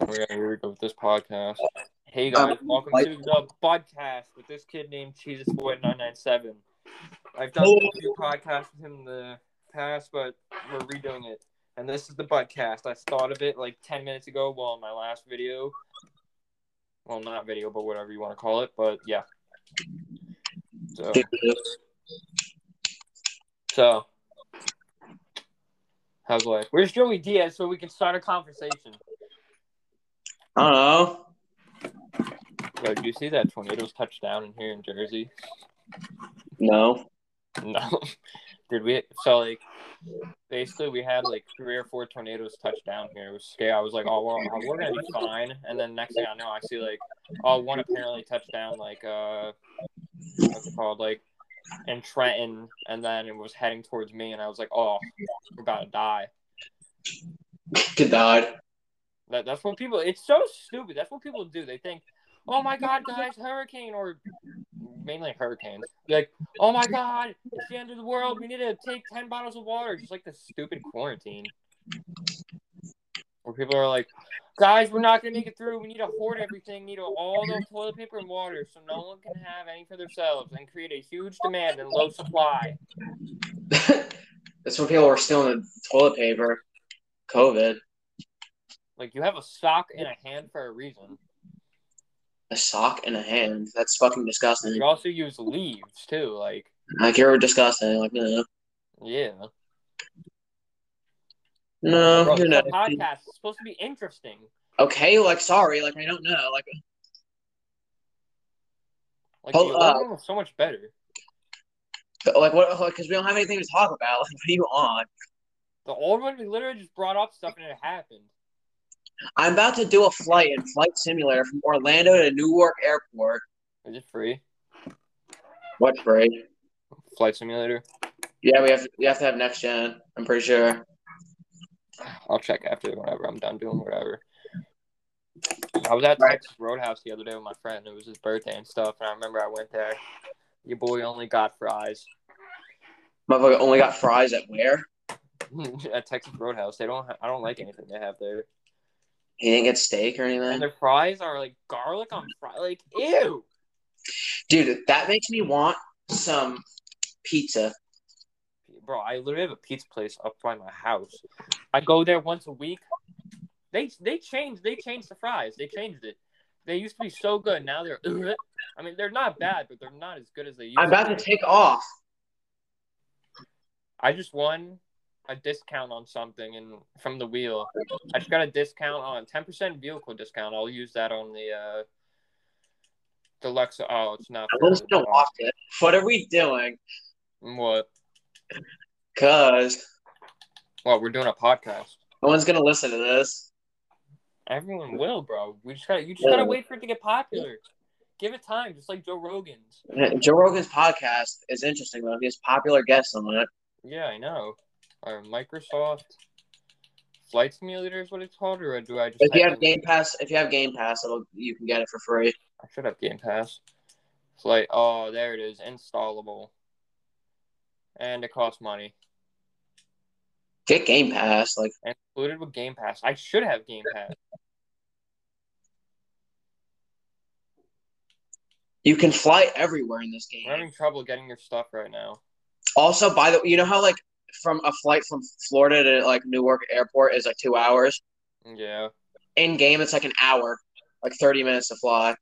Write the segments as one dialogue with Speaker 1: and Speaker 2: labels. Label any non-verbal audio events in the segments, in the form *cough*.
Speaker 1: We're gonna here we go with this podcast. Hey guys,
Speaker 2: Um,
Speaker 1: welcome
Speaker 2: like-
Speaker 1: to the podcast with this kid named Jesus Boy nine nine seven. I've done a few podcasts with him in the past, but we're redoing it. And this is the podcast. I thought of it like ten minutes ago while in my last video. Well not video, but whatever you want to call it. But yeah. So so how's life? Where's Joey Diaz so we can start a conversation?
Speaker 2: I don't know.
Speaker 1: Yo, did you see that tornadoes touched down in here in Jersey?
Speaker 2: No.
Speaker 1: No. *laughs* Did we? So, like, basically, we had like three or four tornadoes touch down here. It was scary. I was like, oh, well, uh, we're going to be fine. And then next thing I know, I see like, oh, one apparently touched down, like, uh, what's it called? Like, in Trenton. And then it was heading towards me. And I was like, oh, we're about to die.
Speaker 2: Good God.
Speaker 1: That, that's what people, it's so stupid. That's what people do. They think, oh my God, guys, hurricane, or mainly hurricanes. Like, oh my God, it's the end of the world. We need to take 10 bottles of water. Just like the stupid quarantine. Where people are like, guys, we're not going to make it through. We need to hoard everything, need all the toilet paper and water so no one can have any for themselves and create a huge demand and low supply.
Speaker 2: *laughs* That's when people were stealing the toilet paper. COVID.
Speaker 1: Like, you have a sock in a hand for a reason.
Speaker 2: A sock and a hand. That's fucking disgusting.
Speaker 1: You also use leaves, too. Like,
Speaker 2: Like you're disgusting. Like uh, no,
Speaker 1: yeah.
Speaker 2: no,
Speaker 1: Bro,
Speaker 2: you're
Speaker 1: the
Speaker 2: not.
Speaker 1: podcast is supposed to be interesting.
Speaker 2: Okay, like sorry, like I don't know. Like
Speaker 1: Like
Speaker 2: Hold
Speaker 1: the other one was so much better.
Speaker 2: like what? Like because we don't have anything to talk about. *laughs* Like what are you on?
Speaker 1: The old one, we literally just brought up stuff and it happened.
Speaker 2: I'm about to do a flight in Flight Simulator from Orlando to Newark Airport.
Speaker 1: Is it free?
Speaker 2: What free?
Speaker 1: Flight simulator.
Speaker 2: Yeah, we have we have to have next gen. I'm pretty sure.
Speaker 1: I'll check after whenever I'm done doing whatever. I was at
Speaker 2: Right.
Speaker 1: Texas Roadhouse the other day with my friend. It was his birthday and stuff, and I remember I went there. Your boy only got fries *laughs*
Speaker 2: Motherfucker only got fries at where?
Speaker 1: at Texas Roadhouse. They don't. Ha- I don't like anything they have there,
Speaker 2: He didn't get steak or
Speaker 1: and
Speaker 2: anything.
Speaker 1: their fries are like garlic on fries. Like ew.
Speaker 2: Dude, that makes me want some pizza.
Speaker 1: bro, I literally have a pizza place up by my house. I go there once a week. They they changed they changed the fries. They changed it. They used to be so good. Now they're *laughs* I mean they're not bad, but they're not as good as they used
Speaker 2: I'm about
Speaker 1: to.
Speaker 2: to
Speaker 1: be.
Speaker 2: take off.
Speaker 1: I just won a discount on something and from the wheel. I just got a discount on ten percent vehicle discount. I'll use that on the uh deluxe oh it's not
Speaker 2: I don't know off it. What are we doing?
Speaker 1: what
Speaker 2: Cause
Speaker 1: well we're doing a podcast.
Speaker 2: no one's gonna listen to this.
Speaker 1: Everyone will, bro. We just gotta you just gotta
Speaker 2: Yeah.
Speaker 1: wait for it to get popular. Give it time, just like Joe Rogan's.
Speaker 2: Joe Rogan's podcast is interesting though. He has popular guests on it.
Speaker 1: Yeah, I know. Or Microsoft Flight Simulator is what it's called, or do I just
Speaker 2: If you
Speaker 1: type
Speaker 2: have
Speaker 1: in-
Speaker 2: Game Pass, if you have Game Pass, it'll you can get it for free.
Speaker 1: I should have Game Pass. Flight oh there it is, installable. And it costs money.
Speaker 2: Get Game Pass, like
Speaker 1: And included with Game Pass. I should have Game Pass.
Speaker 2: you can fly everywhere in this
Speaker 1: We're
Speaker 2: game.
Speaker 1: having trouble getting your stuff right now.
Speaker 2: Also, by the you know how like from a flight from Florida to like Newark Airport is like two hours.
Speaker 1: Yeah.
Speaker 2: In game, it's like an hour, like thirty minutes to fly.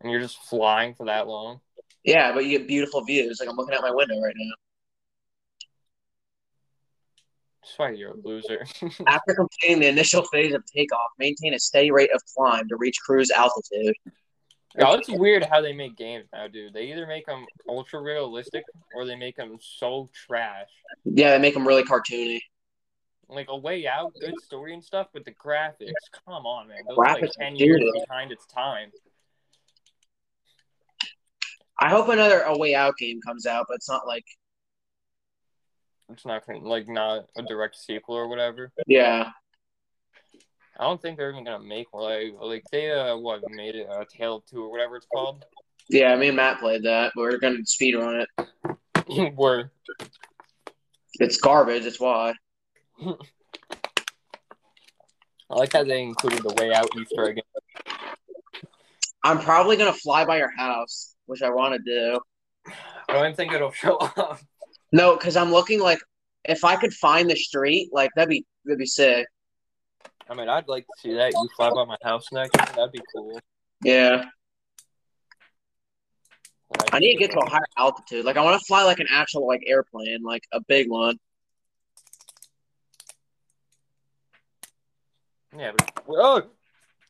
Speaker 1: And you're just flying for that long.
Speaker 2: Yeah, but you get beautiful views. Like I'm looking out my window right now.
Speaker 1: That's why you're a loser.
Speaker 2: After completing the initial phase of takeoff, maintain a steady rate of climb to reach cruise altitude.
Speaker 1: Yeah, it's weird how they make games now, dude. They either make them ultra realistic or they make them so trash.
Speaker 2: Yeah, they make them really cartoony.
Speaker 1: Like a way out, good story and stuff, but the graphics, come on, man. Those are like
Speaker 2: Graphics,
Speaker 1: ten years
Speaker 2: dude.
Speaker 1: behind its time.
Speaker 2: I hope another A Way Out game comes out, but it's not like
Speaker 1: It's not gonna like not a direct sequel or whatever.
Speaker 2: yeah.
Speaker 1: I don't think they're even gonna make one. like like they uh what made it a uh, Tale of Two or whatever it's called. *laughs*
Speaker 2: Yeah, me and Matt played that. But we're gonna speed on it.
Speaker 1: Where
Speaker 2: It's garbage. That's why.
Speaker 1: I like how they included the way out Easter egg.
Speaker 2: I'm probably gonna fly by your house, which I want to do.
Speaker 1: I don't even think it'll *laughs* show up.
Speaker 2: No, because I'm looking like if I could find the street, like that'd be that'd be sick.
Speaker 1: I mean, I'd like to see that. You fly by my house next. That'd be cool.
Speaker 2: Yeah,
Speaker 1: Like,
Speaker 2: I need to get to a higher altitude. Like I want to fly like an actual like airplane, like a big one.
Speaker 1: Yeah, but oh,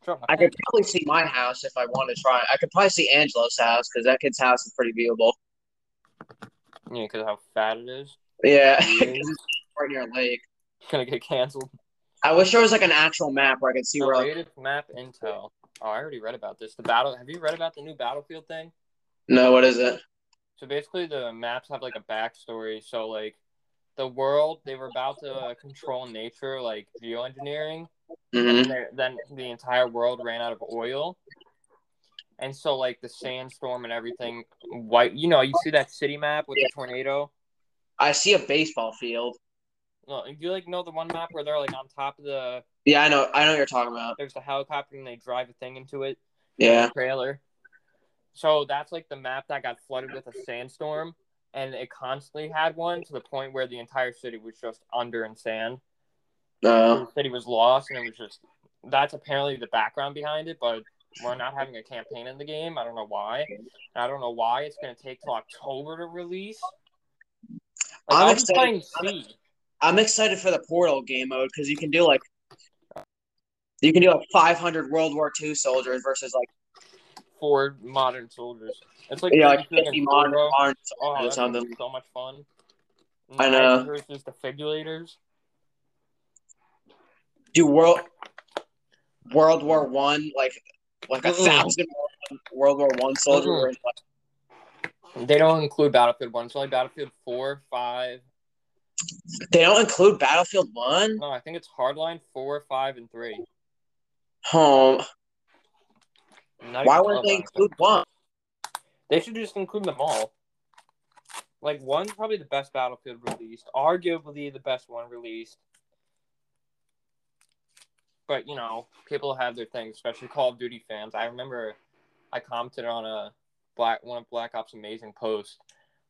Speaker 1: dropped my
Speaker 2: I could probably see my house if I want to try. I could probably see Angelo's house because that kid's house is pretty viewable.
Speaker 1: pen. yeah, because how fat it
Speaker 2: *laughs*
Speaker 1: is.
Speaker 2: Yeah,
Speaker 1: Yeah.
Speaker 2: right near a lake.
Speaker 1: It's gonna get
Speaker 2: *laughs*
Speaker 1: canceled. I
Speaker 2: I wish there was like an actual map where I could
Speaker 1: Oh,
Speaker 2: see where. Like,
Speaker 1: Related map intel. Oh, I already read about this. The battle. Have you read about the new battlefield thing?
Speaker 2: no, what is it?
Speaker 1: So basically, the maps have like a backstory. So like, the world they were about to uh, control nature, like geoengineering,
Speaker 2: hmm
Speaker 1: and there- then the entire world ran out of oil. And so, like the sandstorm and everything, white. You know, you see that city map with the tornado.
Speaker 2: I see a baseball field.
Speaker 1: No, you like know the one map where they're like on top of the.
Speaker 2: Yeah, I know. I know what you're talking about.
Speaker 1: There's the helicopter and they drive a thing into it.
Speaker 2: Yeah.
Speaker 1: trailer. So that's like the map that got flooded with a sandstorm, and it constantly had one to the point where the entire city was just under in sand.
Speaker 2: No.
Speaker 1: The city was lost, and it was just that's apparently the background behind it. But we're not having a campaign in the game. I don't know why. And I don't know why it's going to take till October to release. Like,
Speaker 2: I'm
Speaker 1: I'll be
Speaker 2: excited.
Speaker 1: playing C.
Speaker 2: I'm excited for the Portal game mode because you can do like you can do like 500 World War II soldiers versus like
Speaker 1: for modern soldiers. It's like *laughs*
Speaker 2: yeah like
Speaker 1: freaking
Speaker 2: 50 modern,
Speaker 1: Zorro.
Speaker 2: modern
Speaker 1: Oh,
Speaker 2: soldiers or
Speaker 1: that's gonna
Speaker 2: something.
Speaker 1: be so much fun.
Speaker 2: I know.
Speaker 1: Knives Versus defibrillators.
Speaker 2: Do world World War One like like a
Speaker 1: Mm-mm.
Speaker 2: thousand World War One soldiers.
Speaker 1: Mm-mm.
Speaker 2: were in, like-
Speaker 1: They don't include Battlefield One. It's only Battlefield Four, Five.
Speaker 2: They don't include Battlefield One.
Speaker 1: No, I think it's Hardline Four, Five, and Three.
Speaker 2: Home.
Speaker 1: Not
Speaker 2: Why
Speaker 1: even
Speaker 2: wouldn't they
Speaker 1: Hardline.
Speaker 2: include one?
Speaker 1: They should just include them all. Like one's probably the best Battlefield released, arguably the best one released. But you know, people have their things, especially Call of Duty fans. I remember I commented on a black one of Black Ops Amazing post,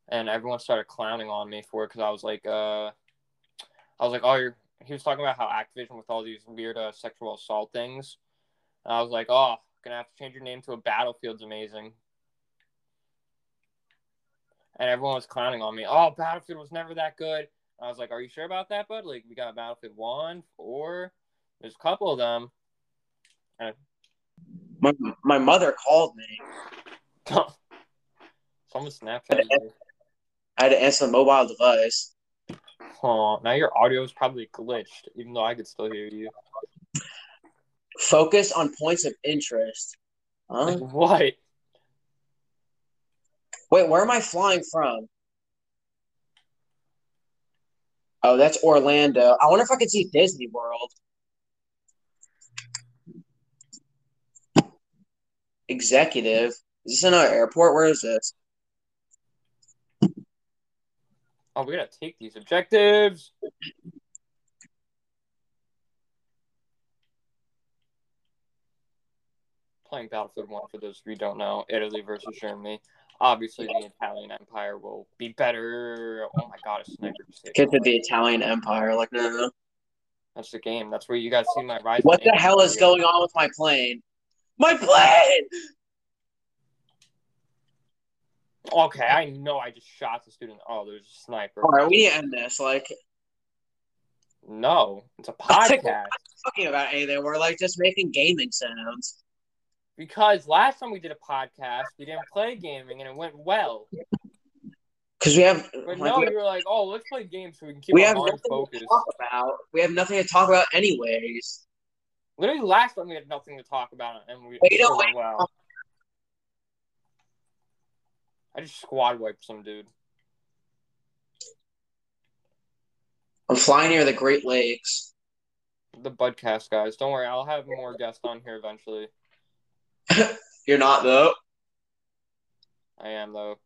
Speaker 1: and everyone started clowning on me for it because I was like, uh, I was like, oh, you're. He was talking about how Activision with all these weird uh, sexual assault things. And I was like, oh, gonna have to change your name to a Battlefield's Amazing and everyone was clowning on me. Oh, Battlefield was never that good. I was like, Are you sure about that, bud? Like, we got Battlefield 1, 4. There's a couple of them. *laughs*
Speaker 2: My, my mother called me.
Speaker 1: Someone Snapchat.
Speaker 2: I had to answer the mobile device.
Speaker 1: Oh, now your audio is probably glitched, even though I could still hear you.
Speaker 2: Focus on points of interest. Huh?
Speaker 1: What?
Speaker 2: Wait, where am I flying from? Oh, that's Orlando. I wonder if I could see Disney World. Executive. Is this another airport? Where is this?
Speaker 1: Oh, we gotta take these objectives. Playing Battlefield 1, for those of you who don't know, Italy versus Germany. Obviously, the Italian Empire will be better. Oh my god, a sniper just hit me.
Speaker 2: Get to the Italian Empire. Like, no, no, no.
Speaker 1: That's the game. That's where you guys see my rise.
Speaker 2: What the hell is going on with my plane? My plane!
Speaker 1: Okay, I know I just shot the student. Oh, there's a sniper.
Speaker 2: All right, we need to end this. Like,
Speaker 1: No, it's a
Speaker 2: I'll take-
Speaker 1: podcast.
Speaker 2: talking about anything. We're like just making gaming sounds.
Speaker 1: Because last time we did a podcast, we didn't play gaming and it went well.
Speaker 2: Because we have.
Speaker 1: But
Speaker 2: like,
Speaker 1: no, you were like, oh, let's play games so we can keep
Speaker 2: we
Speaker 1: our
Speaker 2: have
Speaker 1: mind
Speaker 2: nothing
Speaker 1: focused.
Speaker 2: to talk about. We have nothing to talk about, anyways.
Speaker 1: Literally, last time we had nothing to talk about and we
Speaker 2: Wait,
Speaker 1: still
Speaker 2: no,
Speaker 1: went well. I just squad wiped some dude.
Speaker 2: I'm flying near the Great Lakes.
Speaker 1: The Budcast guys. Don't worry, I'll have more guests on here eventually.
Speaker 2: You're not though.
Speaker 1: I am though.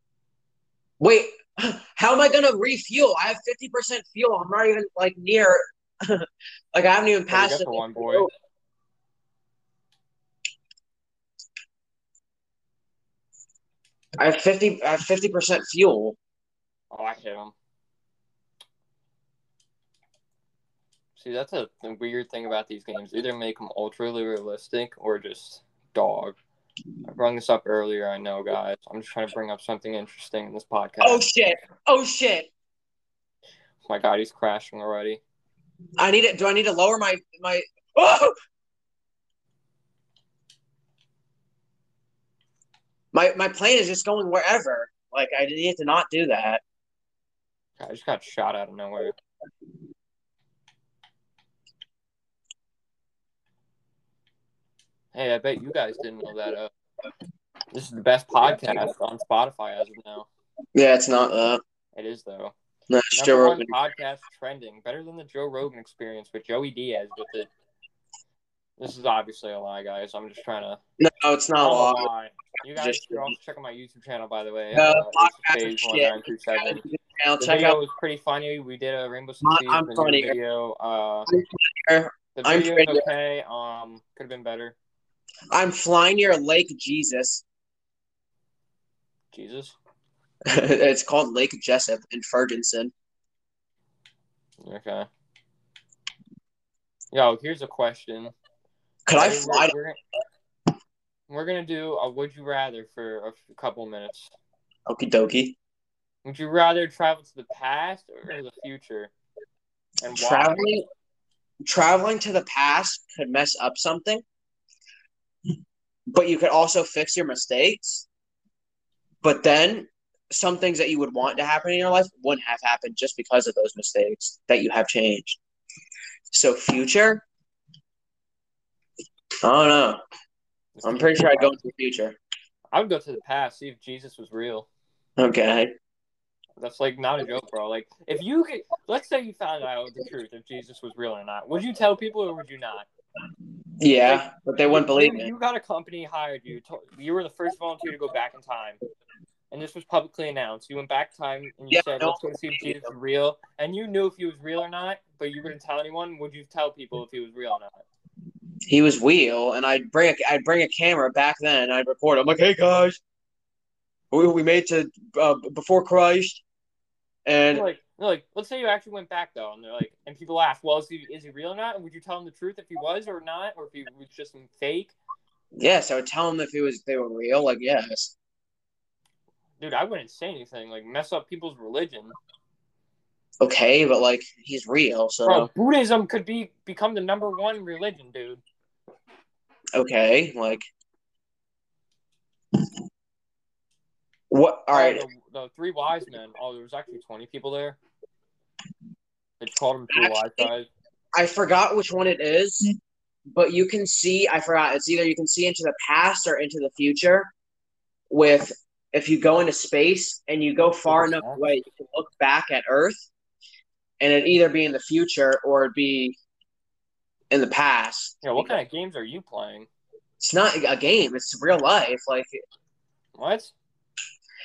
Speaker 2: Wait, *gasps* How am I gonna refuel? I have fifty percent fuel. I'm not even like near. *laughs* like I haven't even
Speaker 1: What do you
Speaker 2: passed
Speaker 1: got
Speaker 2: it.
Speaker 1: for one, boy?
Speaker 2: I have fifty. I have fifty percent fuel.
Speaker 1: Oh, I hit him. See, that's a the weird thing about these games. Either make them ultra realistic or just dog. I brought this up earlier. I know, guys. I'm just trying to bring up something interesting in this podcast.
Speaker 2: Oh shit! Oh shit!
Speaker 1: my God, he's crashing already.
Speaker 2: I need it. Do I need to lower my my? *gasps* Oh! My my plane is just going wherever. Like I need to not do that.
Speaker 1: God, I just got shot out of nowhere. Hey, I bet you guys didn't know that. Uh, this is the best podcast on Spotify as of now.
Speaker 2: Yeah, it's not uh, that.
Speaker 1: It is though.
Speaker 2: No,
Speaker 1: Number one podcast trending, better than the Joe Rogan experience with Joey Diaz. With the this is obviously a lie, guys. I'm just trying to.
Speaker 2: No, it's not
Speaker 1: I'm a
Speaker 2: long.
Speaker 1: lie. You guys
Speaker 2: Just-
Speaker 1: should also check out my YouTube channel, by the way.
Speaker 2: Oh.
Speaker 1: Uh,
Speaker 2: No, podcast
Speaker 1: Phase
Speaker 2: is
Speaker 1: one
Speaker 2: shit.
Speaker 1: nine two seven.
Speaker 2: Now
Speaker 1: The
Speaker 2: check
Speaker 1: video
Speaker 2: out.
Speaker 1: was pretty funny. We did a Rainbow
Speaker 2: I-
Speaker 1: Six Siege,
Speaker 2: I'm
Speaker 1: the new
Speaker 2: funny.
Speaker 1: video. Uh,
Speaker 2: I'm
Speaker 1: the video
Speaker 2: I'm
Speaker 1: is
Speaker 2: pretty-
Speaker 1: okay. Um, could have been better.
Speaker 2: I'm flying near Lake Jesus. *laughs*
Speaker 1: Jesus,
Speaker 2: it's called Lake Jessup in Ferguson.
Speaker 1: okay. Yo, here's a question.
Speaker 2: Could I
Speaker 1: We're-
Speaker 2: fly?
Speaker 1: We're, we're gonna do a would you rather for a f- couple minutes.
Speaker 2: Okie dokie.
Speaker 1: Would you rather travel to the past or the future? And why?
Speaker 2: Traveling, traveling to the past could mess up something, but you could also fix your mistakes. But then, some things that you would want to happen in your life wouldn't have happened just because of those mistakes that you have changed. So future, I don't know. I'm pretty sure I'd go into the future.
Speaker 1: I would go to the past, see if Jesus was real.
Speaker 2: Okay.
Speaker 1: That's like not a joke, bro. Like if you could, let's say you found out the truth if Jesus was real or not, would you tell people or would you not?
Speaker 2: Yeah, but they wouldn't believe
Speaker 1: you,
Speaker 2: me.
Speaker 1: You got a company hired you. To, you were the first volunteer to go back in time, and this was publicly announced. You went back in time and you
Speaker 2: Yeah,
Speaker 1: said,
Speaker 2: no.
Speaker 1: "Let's go see if Jesus was real." And you knew if he was real or not, but you wouldn't tell anyone. Would you tell people if he was real or not?
Speaker 2: he was wheel, and I'd bring a, I'd bring a camera back then. And I'd record. I'm like, hey guys, we, we made it to uh, before Christ, and
Speaker 1: They're like, they're like, let's say you actually went back though, and they're like, and people ask, well, is he is he real or not? And would you tell him the truth if he was or not, or if he was just some fake?
Speaker 2: yes, I would tell them if it was they were real. Like yes,
Speaker 1: Dude, I wouldn't say anything. Like mess up people's religion.
Speaker 2: okay, but like he's real, so
Speaker 1: Bro, Buddhism could be become the number one religion, dude.
Speaker 2: okay, like what? All right,
Speaker 1: The, Oh, the three wise men. Oh, there was actually twenty people there. They just called them three wise guys.
Speaker 2: I forgot which one it is, but you can see. I forgot. It's either you can see into the past or into the future. With if you go into space and you go far enough away, you can look back at Earth, and it would either be in the future or it'd be in the past.
Speaker 1: Yeah, what kind of games are you playing?
Speaker 2: It's not a game. It's real life. Like
Speaker 1: What?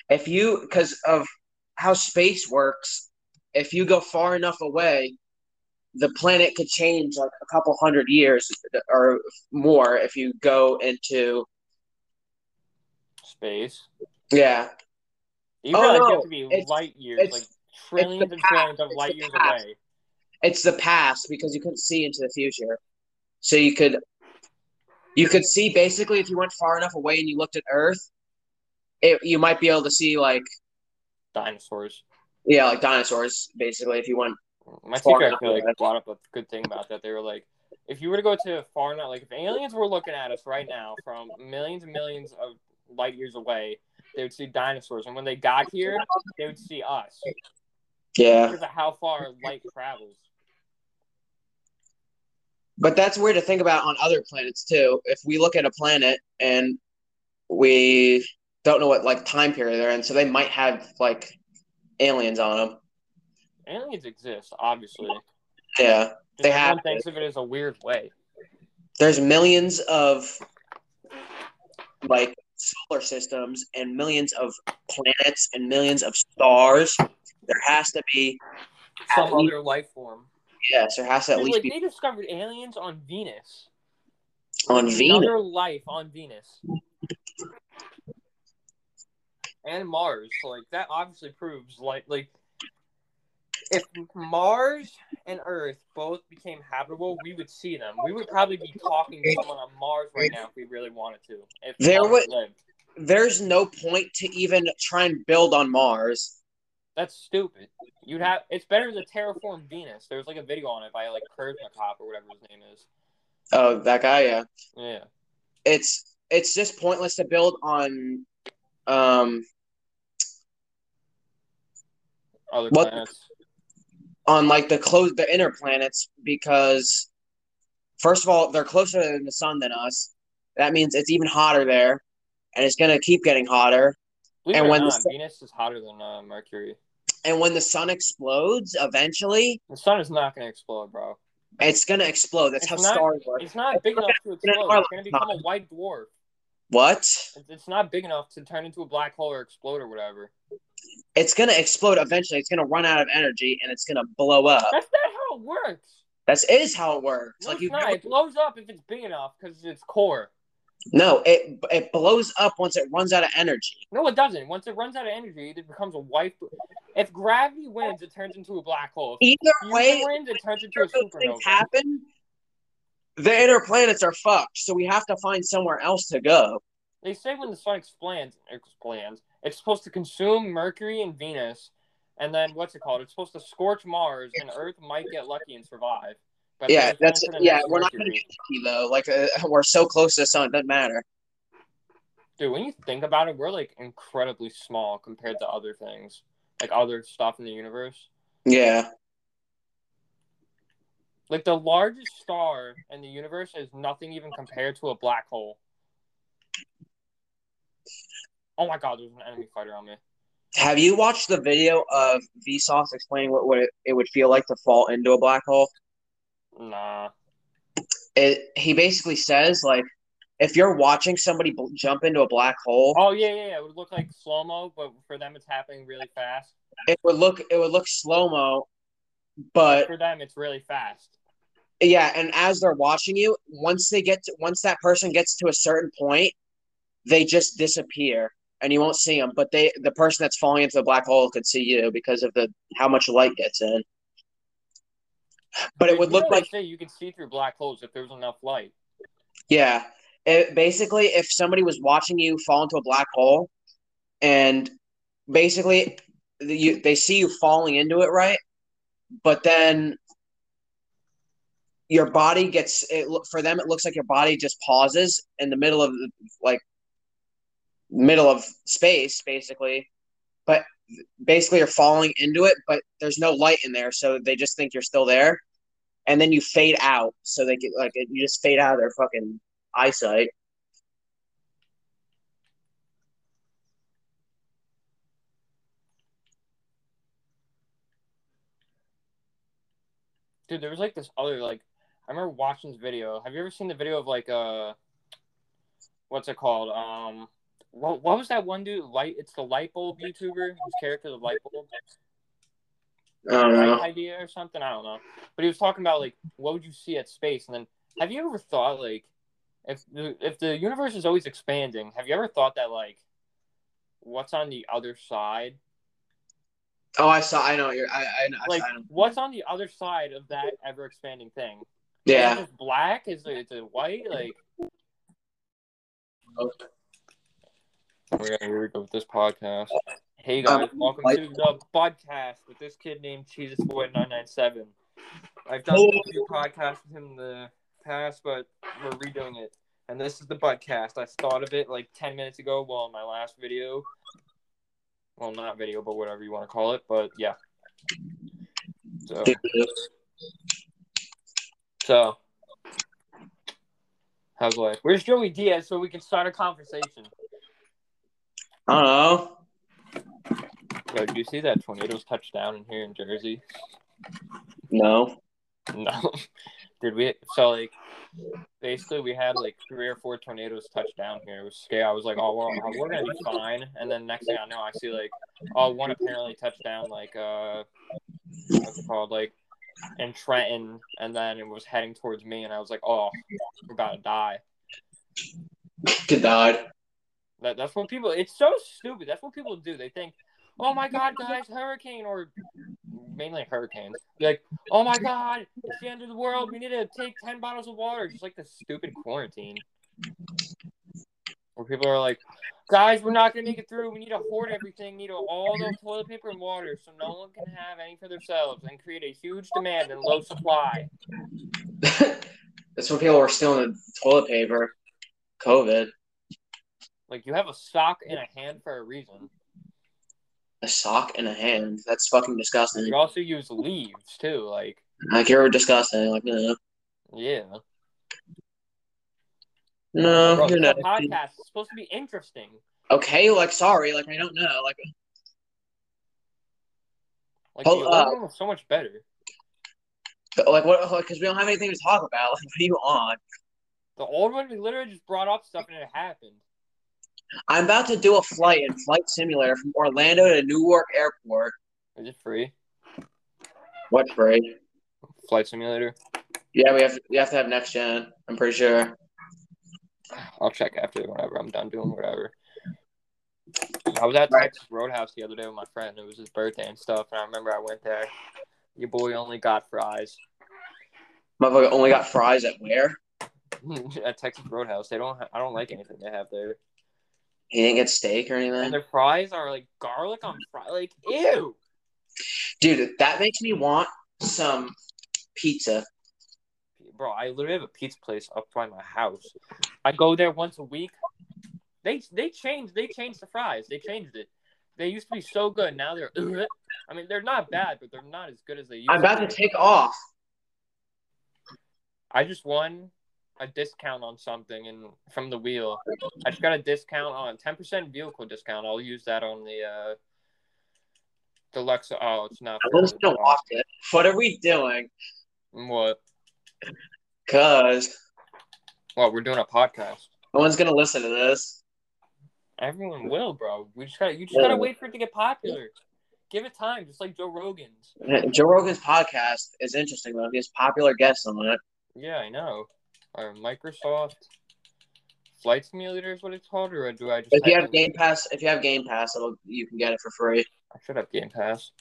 Speaker 2: if you because of how space works if you go far enough away the planet could change like a couple hundred years or more if you go into
Speaker 1: Space.
Speaker 2: yeah
Speaker 1: You
Speaker 2: Oh,
Speaker 1: realize
Speaker 2: no.
Speaker 1: you have to be
Speaker 2: It's-
Speaker 1: light years,
Speaker 2: it's-
Speaker 1: like trillions and
Speaker 2: past.
Speaker 1: trillions of
Speaker 2: It's
Speaker 1: light
Speaker 2: the
Speaker 1: years
Speaker 2: past.
Speaker 1: away.
Speaker 2: it's the past because you couldn't see into the future so you could you could see basically if you went far enough away and you looked at earth it, you might be able to see like
Speaker 1: Dinosaurs.
Speaker 2: yeah like dinosaurs basically if you went
Speaker 1: My
Speaker 2: Far
Speaker 1: teacher
Speaker 2: enough
Speaker 1: actually like
Speaker 2: away.
Speaker 1: brought up a good thing about that. They were like, if you were to go to far enough, like if aliens were looking at us right now from millions and millions of light years away, they would see dinosaurs, and when they got here, they would see us
Speaker 2: yeah
Speaker 1: because of how far light travels.
Speaker 2: But that's weird to think about on other planets too. If we look at a planet and we don't know what like time period they're in, so they might have like aliens on them.
Speaker 1: Aliens exist, obviously. Just
Speaker 2: Yeah, They
Speaker 1: everyone
Speaker 2: have.
Speaker 1: thinks of it as a weird way.
Speaker 2: there's millions of like solar systems and millions of planets and millions of stars, there has to be
Speaker 1: Some other life form.
Speaker 2: yes, there has to at
Speaker 1: Dude,
Speaker 2: least
Speaker 1: like
Speaker 2: be
Speaker 1: they discovered aliens on Venus.
Speaker 2: on Venus.
Speaker 1: Another life on Venus. And Mars. Like that obviously proves like like if Mars and Earth both became habitable, we would see them. We would probably be talking to someone on Mars right now if we really wanted to. If
Speaker 2: There
Speaker 1: Mars
Speaker 2: would-
Speaker 1: lived.
Speaker 2: There's no point to even try and build on Mars.
Speaker 1: That's stupid. You'd have it's better to terraform Venus. There's like a video on it by like Kurzmakov or whatever his name is.
Speaker 2: Oh, that guy, yeah.
Speaker 1: Yeah.
Speaker 2: It's it's just pointless to build on um
Speaker 1: Other
Speaker 2: What-
Speaker 1: planets.
Speaker 2: on like the close the inner planets because first of all they're closer to the sun than us that means it's even hotter there and it's going to keep getting hotter
Speaker 1: Believe
Speaker 2: and
Speaker 1: it or
Speaker 2: when the
Speaker 1: not,
Speaker 2: sun-
Speaker 1: Venus is hotter than uh, Mercury.
Speaker 2: and when the sun explodes eventually
Speaker 1: The sun is not going to explode, bro.
Speaker 2: it's going to explode that's
Speaker 1: It's
Speaker 2: how
Speaker 1: not-
Speaker 2: stars work
Speaker 1: It's not big enough to
Speaker 2: gonna
Speaker 1: explode.
Speaker 2: Marlin,
Speaker 1: It's going to become a white dwarf.
Speaker 2: what
Speaker 1: It's- It's not big enough to turn into a black hole or explode or whatever.
Speaker 2: it's going to explode eventually it's going to run out of energy and it's going to blow up
Speaker 1: That's not how it works.
Speaker 2: that is how it works
Speaker 1: No,
Speaker 2: like
Speaker 1: it's
Speaker 2: you
Speaker 1: not. It blows up if it's big enough because it's its core.
Speaker 2: no it it blows up once it runs out of energy
Speaker 1: No, it doesn't. Once it runs out of energy, it becomes a white. If gravity wins, it turns into a black hole. If
Speaker 2: either way
Speaker 1: fusion wins, it turns into a
Speaker 2: if those things
Speaker 1: supernova.
Speaker 2: happen, the inner planets are fucked. So we have to find somewhere else to go.
Speaker 1: They say when the sun expands, expands, it's supposed to consume Mercury and Venus, and then what's it called? It's supposed to scorch Mars, and Earth might get lucky and survive. But
Speaker 2: Yeah,
Speaker 1: then it's
Speaker 2: that's-
Speaker 1: going to the
Speaker 2: yeah,
Speaker 1: next
Speaker 2: we're not gonna
Speaker 1: Mercury.
Speaker 2: You know, like uh, we're so close to the sun, it doesn't matter.
Speaker 1: Dude, when you think about it, we're like incredibly small compared to other things, like other stuff in the universe.
Speaker 2: Yeah,
Speaker 1: Like the largest star in the universe is nothing even compared to a black hole. Oh my god, there's an enemy fighter on me.
Speaker 2: have you watched the video of Vsauce explaining what would it, it would feel like to fall into a black hole?
Speaker 1: Nah.
Speaker 2: It he basically says like, if you're watching somebody bl- jump into a black hole,
Speaker 1: Oh yeah, yeah, yeah. It would look like slow mo, but for them it's happening really fast.
Speaker 2: it would look it would look slow mo, but
Speaker 1: for them it's really fast.
Speaker 2: Yeah, and as they're watching you, once they get to, once that person gets to a certain point, they just disappear and you won't see them. But they the person that's falling into the black hole could see you because of the how much light gets in. But it
Speaker 1: Dude,
Speaker 2: would
Speaker 1: you
Speaker 2: look
Speaker 1: know they
Speaker 2: like
Speaker 1: say you can see through black holes if there's enough light.
Speaker 2: yeah, it, basically if somebody was watching you fall into a black hole, and basically the, you they see you falling into it, right? But then your body gets it loo- for them it looks like your body just pauses in the middle of like middle of space basically but basically you're falling into it but there's no light in there so they just think you're still there and then you fade out so they get like you just fade out of their fucking eyesight
Speaker 1: Dude, there was like this other like I remember watching this video. Have you ever seen the video of like uh what's it called? Um what, what was that one dude? Light it's the light bulb YouTuber whose character the light bulb
Speaker 2: i don't
Speaker 1: light
Speaker 2: know
Speaker 1: idea or something. I don't know. But he was talking about like what would you see at space, and then have you ever thought like if the, if the universe is always expanding, have you ever thought that like what's on the other side?
Speaker 2: oh i saw i know you're i i, I,
Speaker 1: Like
Speaker 2: I know.
Speaker 1: what's on the other side of that ever expanding thing?
Speaker 2: yeah
Speaker 1: Is it black? Is it, is it white? Like. We're gonna Oh, here we go with this podcast. Hey guys,
Speaker 2: Um,
Speaker 1: welcome
Speaker 2: like-
Speaker 1: to the podcast with this kid named Jesus Boy nine nine seven. I've done
Speaker 2: Hello.
Speaker 1: a few podcasts with him in the past, but we're redoing it. And this is the podcast. I thought of it like ten minutes ago while in my last video. Well not video, but whatever you want to call it. But yeah. So so how's life? Where's Joey Diaz so we can start a conversation?
Speaker 2: i don't know
Speaker 1: Yo, did you see that tornadoes touched down in here in Jersey?
Speaker 2: no
Speaker 1: No. *laughs* did we? So like, basically, we had like three or four tornadoes touch down here. It was scary. I was like, oh, well, uh, we're gonna be fine. And then next thing I know, I see like, oh, one apparently touched down like uh, what's it called like in Trenton, and then it was heading towards me, and I was like, oh, we're about to die.
Speaker 2: Good God.
Speaker 1: That, that's what people. It's so stupid. That's what people do. They think, "Oh my God, guys, hurricane or mainly hurricanes." Like, "Oh my God, it's the end of the world. We need to take ten bottles of water." Just like the stupid quarantine, where people are like, "Guys, we're not gonna make it through. We need to hoard everything. Need all the toilet paper and water, so no one can have any for themselves, and create a huge demand and low supply."
Speaker 2: *laughs* That's when people were stealing the toilet paper. COVID.
Speaker 1: Like you have a sock in a hand for a reason.
Speaker 2: A sock and a hand. That's fucking disgusting.
Speaker 1: You also use leaves too, like
Speaker 2: Like you're disgusting. Like uh, no,
Speaker 1: yeah.
Speaker 2: no,
Speaker 1: Bro,
Speaker 2: you're
Speaker 1: the
Speaker 2: not.
Speaker 1: podcast is supposed to be interesting.
Speaker 2: Okay, like sorry, like I don't know. Like
Speaker 1: Like
Speaker 2: Hold
Speaker 1: the
Speaker 2: up.
Speaker 1: other one was so much better.
Speaker 2: like what? Because we don't have anything to talk about. *laughs* Like what are you on?
Speaker 1: The old one we literally just brought up stuff and it happened.
Speaker 2: I'm about to do a flight in Flight Simulator from Orlando to Newark Airport.
Speaker 1: Is it free?
Speaker 2: What free?
Speaker 1: Flight simulator.
Speaker 2: Yeah, we have we have to have next gen. I'm pretty sure.
Speaker 1: I'll check after whenever I'm done doing whatever. I was at
Speaker 2: Right.
Speaker 1: Texas Roadhouse the other day with my friend. It was his birthday and stuff, and I remember I went there. Your boy only got fries *laughs*
Speaker 2: Motherfucker only got fries at where?
Speaker 1: at Texas Roadhouse. They don't. Ha- I don't like anything they have there.
Speaker 2: He didn't get steak or
Speaker 1: And
Speaker 2: anything.
Speaker 1: their fries are like garlic on fries. Like ew.
Speaker 2: Dude, that makes me want some pizza.
Speaker 1: bro, I literally have a pizza place up by my house. I go there once a week. They they changed they changed the fries. They changed it. They used to be so good. Now they're *clears throat* "Ugh." I mean they're not bad, but they're not as good as they used
Speaker 2: I'm about
Speaker 1: to
Speaker 2: to
Speaker 1: be.
Speaker 2: take off.
Speaker 1: I just won a discount on something and from the wheel. I just got a discount on ten percent vehicle discount. I'll use that on the uh deluxe oh it's not
Speaker 2: I was gonna watch it. What are we doing?
Speaker 1: what
Speaker 2: Cause
Speaker 1: well we're doing a podcast.
Speaker 2: no one's gonna listen to this.
Speaker 1: Everyone will, bro. We just gotta, you just gotta wait for it to get popular. Give it time, just like Joe Rogan's.
Speaker 2: Joe Rogan's podcast is interesting though. He has popular guests on it.
Speaker 1: Yeah, I know. Or Microsoft Flight Simulator is what it's called, or do I just?
Speaker 2: If you
Speaker 1: type
Speaker 2: have
Speaker 1: in-
Speaker 2: Game Pass, if you have Game Pass, it'll, you can get it for free.
Speaker 1: I should have Game Pass.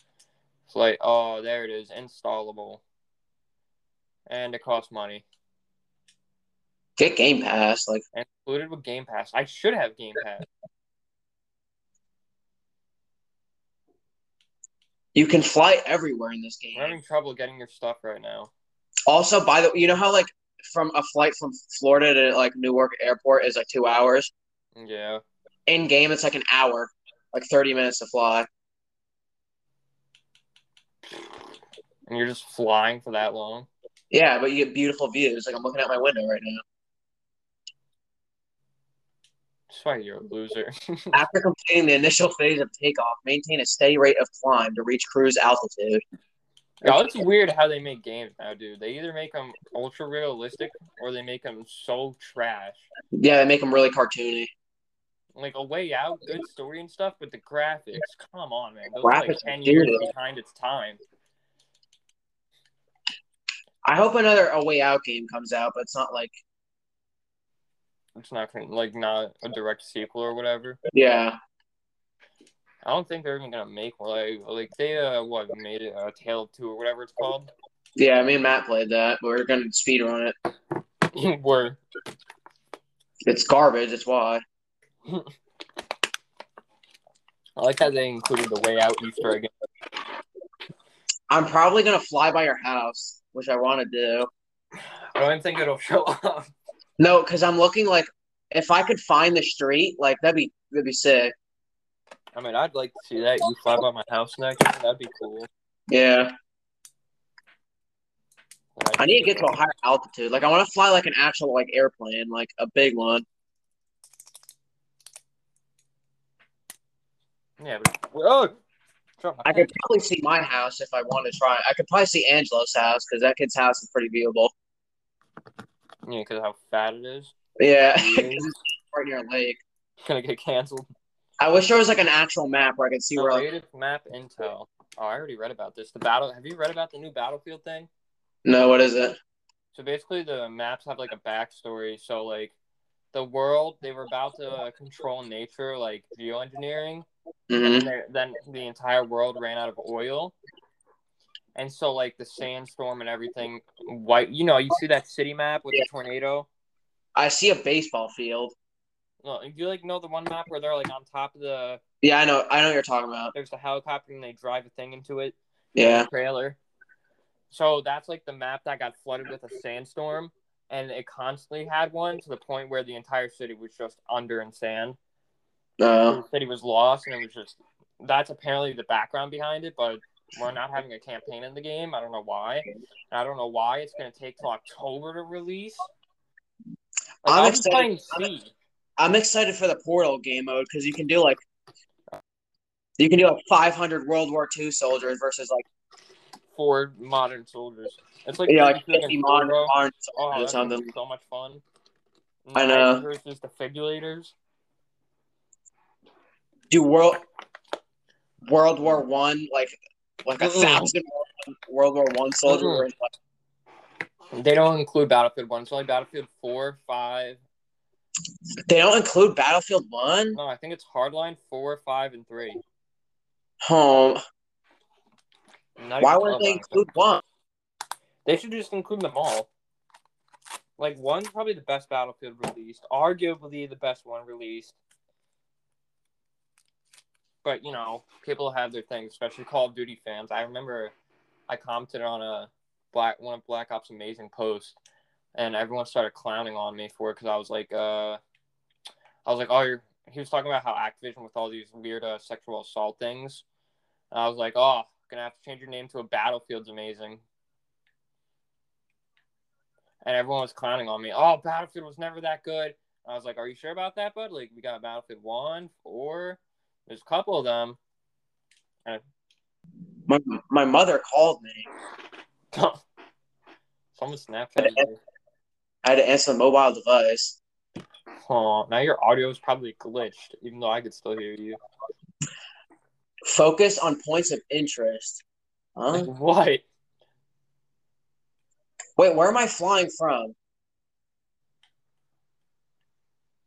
Speaker 1: Flight. Oh, there it is, installable. And it costs money.
Speaker 2: Get Game Pass, like
Speaker 1: And included with Game Pass. I should have Game Pass.
Speaker 2: you can fly everywhere in this
Speaker 1: We're
Speaker 2: game.
Speaker 1: having trouble getting your stuff right now.
Speaker 2: Also, by the you know how like from a flight from Florida to like Newark Airport is like two hours.
Speaker 1: Yeah.
Speaker 2: In game, it's like an hour, like thirty minutes to fly.
Speaker 1: And you're just flying for that long.
Speaker 2: Yeah, but you get beautiful views. Like I'm looking out my window right now.
Speaker 1: That's why you're a loser.
Speaker 2: After completing the initial phase of takeoff, maintain a steady rate of climb to reach cruise altitude.
Speaker 1: Yo, it's weird how they make games now, dude. They either make them ultra realistic or they make them so trash.
Speaker 2: Yeah, they make them really cartoony.
Speaker 1: Like a way out, good story and stuff, but the graphics, come on, man. Those are like
Speaker 2: Graphics are
Speaker 1: ten years
Speaker 2: good.
Speaker 1: behind its time.
Speaker 2: I hope another A Way Out game comes out, but it's not like
Speaker 1: It's not gonna like not a direct sequel or whatever.
Speaker 2: yeah.
Speaker 1: I don't think they're even gonna make one. Like, like they uh what made it uh, Tale of Two or whatever it's called. *laughs*
Speaker 2: Yeah, me and Matt played that, but we are gonna speedrun it.
Speaker 1: Where
Speaker 2: It's garbage, that's why.
Speaker 1: I like how they included the way out Easter egg.
Speaker 2: I'm probably gonna fly by your house, which I wanna do.
Speaker 1: I don't even think it'll *laughs* show up.
Speaker 2: No, because I'm looking like if I could find the street, like that'd be that'd be sick.
Speaker 1: I mean, I'd like to see that. You fly by my house next. That'd be cool.
Speaker 2: Yeah.
Speaker 1: Like,
Speaker 2: I need to get to a higher altitude. Like I wanna fly like an actual like airplane, like a big one.
Speaker 1: Yeah, but oh, dropped my
Speaker 2: I could probably see my house if I wanted to try. I could probably see Angelo's house because that kid's house is pretty viewable.
Speaker 1: Yeah, because how fat it
Speaker 2: *laughs*
Speaker 1: is.
Speaker 2: Yeah, 'cause it's right near a lake.
Speaker 1: It's gonna get canceled.
Speaker 2: I wish there was like an actual map where I could see where. Like,
Speaker 1: Creative map intel. Oh, I already read about this. The battle. Have you read about the new battlefield thing?
Speaker 2: no, what is it?
Speaker 1: So basically, the maps have like a backstory. So like, the world they were about to uh, control nature, like geoengineering,
Speaker 2: hmm
Speaker 1: and there- then the entire world ran out of oil. And so, like the sandstorm and everything, white. You know, you see that city map with the tornado.
Speaker 2: I see a baseball field.
Speaker 1: No, do you like know the one map where they're like on top of the?
Speaker 2: Yeah, I know. I know what you're talking about.
Speaker 1: There's the helicopter and they drive a thing into it.
Speaker 2: Yeah.
Speaker 1: trailer. So that's like the map that got flooded with a sandstorm, and it constantly had one to the point where the entire city was just under in sand.
Speaker 2: No. Oh.
Speaker 1: The city was lost, and it was just that's apparently the background behind it. But we're not having a campaign in the game. I don't know why. I don't know why it's going to take till October to release. Like,
Speaker 2: I'm
Speaker 1: I'll be
Speaker 2: excited.
Speaker 1: playing C.
Speaker 2: I'm excited for the Portal game mode because you can do like you can do like 500 World War II soldiers versus like
Speaker 1: for modern soldiers. It's like
Speaker 2: yeah like
Speaker 1: Bandicoot
Speaker 2: 50
Speaker 1: and
Speaker 2: modern,
Speaker 1: Zorro.
Speaker 2: modern
Speaker 1: Oh,
Speaker 2: soldiers or
Speaker 1: that's gonna be
Speaker 2: something.
Speaker 1: so much fun.
Speaker 2: I know.
Speaker 1: Knives Versus defibrillators.
Speaker 2: Do world World War One like like a
Speaker 1: Mm-mm.
Speaker 2: thousand World War One soldiers.
Speaker 1: Mm-mm.
Speaker 2: were in, like-
Speaker 1: They don't include Battlefield One. It's only Battlefield Four, Five.
Speaker 2: They don't include Battlefield One.
Speaker 1: No, I think it's Hardline Four, Five, and Three.
Speaker 2: Home.
Speaker 1: Not
Speaker 2: Why
Speaker 1: even
Speaker 2: wouldn't they
Speaker 1: Bloodline.
Speaker 2: include one?
Speaker 1: They should just include them all. Like one's probably the best Battlefield released, arguably the best one released. But you know, people have their things, especially Call of Duty fans. I remember I commented on a black one of Black Ops Amazing post, and everyone started clowning on me for it because I was like, uh, I was like, oh, you're. He was talking about how Activision with all these weird uh, sexual assault things. And I was like, oh, gonna have to change your name to a Battlefield's amazing. And everyone was clowning on me. Oh, Battlefield was never that good. I was like, are you sure about that, bud? Like, we got Battlefield One, Four. There's a couple of them. *laughs*
Speaker 2: My my mother called me.
Speaker 1: Someone Snapchat.
Speaker 2: I had to answer the mobile device.
Speaker 1: Oh, now your audio is probably glitched, even though I could still hear you.
Speaker 2: Focus on points of interest. Huh?
Speaker 1: What?
Speaker 2: Wait, where am I flying from?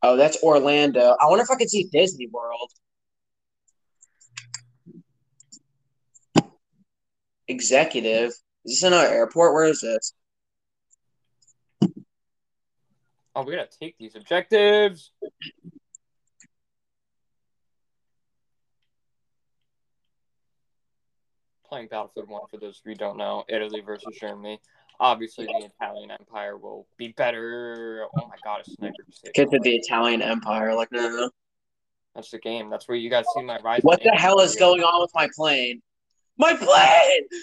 Speaker 2: Oh, that's Orlando. I wonder if I could see Disney World. Executive. Is this another airport? Where is this?
Speaker 1: Oh, we gotta take these objectives. Playing Battlefield 1, for those of you who don't know, Italy versus Germany. Obviously, the Italian Empire will be better. Oh my god, a sniper just hit.
Speaker 2: Kids of the Italian Empire. Like, no, no, no.
Speaker 1: That's the game. That's where you guys see my rise.
Speaker 2: What the hell is going on with my plane? My plane!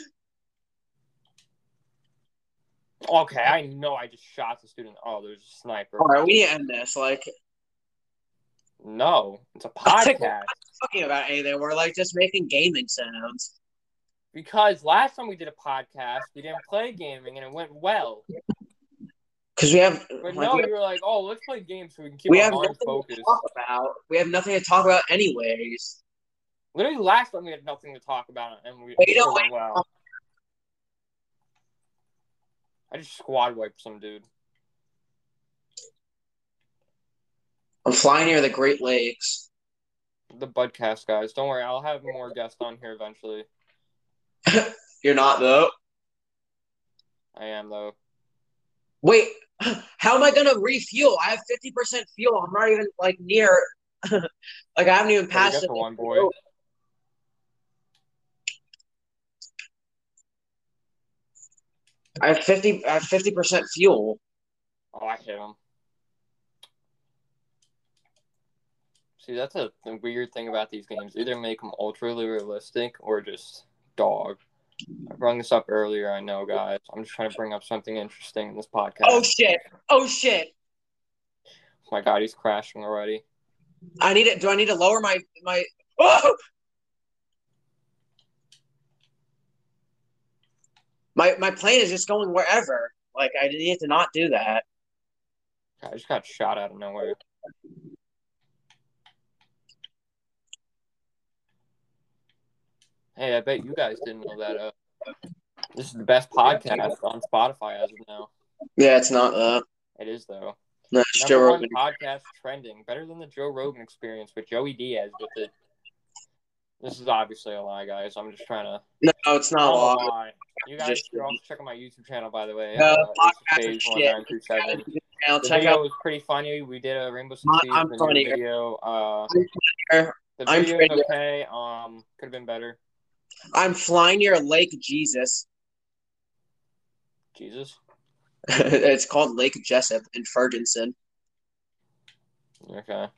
Speaker 1: Okay, I know I just shot the student. Oh, there's a sniper.
Speaker 2: All right, we need to end this. Like,
Speaker 1: No, it's a
Speaker 2: I'll take-
Speaker 1: podcast.
Speaker 2: talking about anything. We're like just making gaming sounds.
Speaker 1: Because last time we did a podcast, we didn't play gaming and it went well.
Speaker 2: Because we have.
Speaker 1: But
Speaker 2: like,
Speaker 1: no,
Speaker 2: we-
Speaker 1: you were like, oh, let's play games so we can keep
Speaker 2: we
Speaker 1: our
Speaker 2: have
Speaker 1: mind
Speaker 2: nothing
Speaker 1: focused.
Speaker 2: to talk about. We have nothing to talk about, anyways.
Speaker 1: Literally last time we had nothing to talk about and we
Speaker 2: Wait,
Speaker 1: still
Speaker 2: no,
Speaker 1: went well. I just squad wiped some dude.
Speaker 2: I'm flying near the Great Lakes.
Speaker 1: The Budcast guys. Don't worry, I'll have more guests on here eventually.
Speaker 2: You're not though.
Speaker 1: I am though.
Speaker 2: Wait, *sighs* how am I gonna refuel? I have fifty percent fuel. I'm not even like near. *laughs* like I haven't even
Speaker 1: What do you
Speaker 2: passed
Speaker 1: get
Speaker 2: it.
Speaker 1: for one boy.
Speaker 2: I have fifty. I have fifty percent fuel.
Speaker 1: Oh, I hit him. See, that's a, the weird thing about these games. Either make them ultra realistic or just dog. I brought this up earlier. I know, guys. I'm just trying to bring up something interesting in this podcast.
Speaker 2: Oh shit! Oh shit!
Speaker 1: my God, he's crashing already.
Speaker 2: I need it. Do I need to lower my my? *gasps* Oh! My my plane is just going wherever. Like I need to not do that.
Speaker 1: God, I just got shot out of nowhere. Hey, I bet you guys didn't know that. Uh, this is the best podcast on Spotify as of now.
Speaker 2: Yeah, it's not uh, that.
Speaker 1: It is though.
Speaker 2: No, it's Joe
Speaker 1: Number one
Speaker 2: Rogan.
Speaker 1: podcast trending, better than the Joe Rogan Experience with Joey Diaz. With the this is obviously a lie, guys. I'm just trying to.
Speaker 2: No, it's not
Speaker 1: Oh,
Speaker 2: long.
Speaker 1: lie. You guys
Speaker 2: uh, Just-
Speaker 1: should also check out my YouTube channel, by the way.
Speaker 2: No,
Speaker 1: Uh,
Speaker 2: podcast
Speaker 1: it's
Speaker 2: is
Speaker 1: Phase
Speaker 2: shit.
Speaker 1: 1927.
Speaker 2: Now
Speaker 1: The
Speaker 2: check
Speaker 1: video
Speaker 2: out.
Speaker 1: was pretty funny. We did a Rainbow
Speaker 2: I-
Speaker 1: Six
Speaker 2: I'm
Speaker 1: the new
Speaker 2: funnier.
Speaker 1: video. Uh,
Speaker 2: funnier.
Speaker 1: the
Speaker 2: I'm
Speaker 1: video is
Speaker 2: prettier.
Speaker 1: okay. Um, could have been better.
Speaker 2: I'm flying near Lake Jesus. *laughs*
Speaker 1: Jesus.
Speaker 2: it's called Lake Jessup in Ferguson.
Speaker 1: Okay.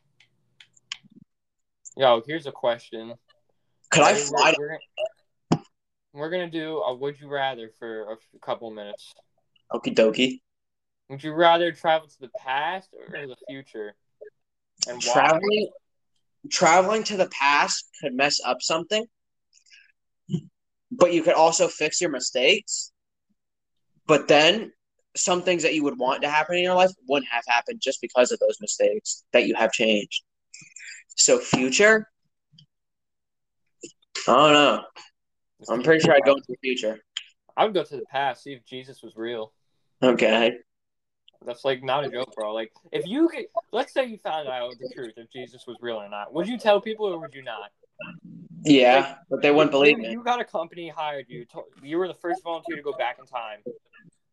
Speaker 1: Yo, here's a question.
Speaker 2: Could I
Speaker 1: We're-
Speaker 2: fly?
Speaker 1: We're, gonna- we're gonna do a would you rather for a f- couple minutes.
Speaker 2: to- Okie dokie.
Speaker 1: Would you rather travel to the past or the future? And why?
Speaker 2: Traveling, traveling to the past could mess up something, but you could also fix your mistakes. But then, some things that you would want to happen in your life wouldn't have happened just because of those mistakes that you have changed. So future, I don't know. I'm pretty sure I'd go into the future.
Speaker 1: I would go to the past, see if Jesus was real.
Speaker 2: Okay.
Speaker 1: That's like not a joke, bro. Like if you could, let's say you found out the truth if Jesus was real or not, would you tell people or would you not?
Speaker 2: Yeah, but they wouldn't believe
Speaker 1: you,
Speaker 2: me.
Speaker 1: You got a company hired you. To, you were the first volunteer to go back in time,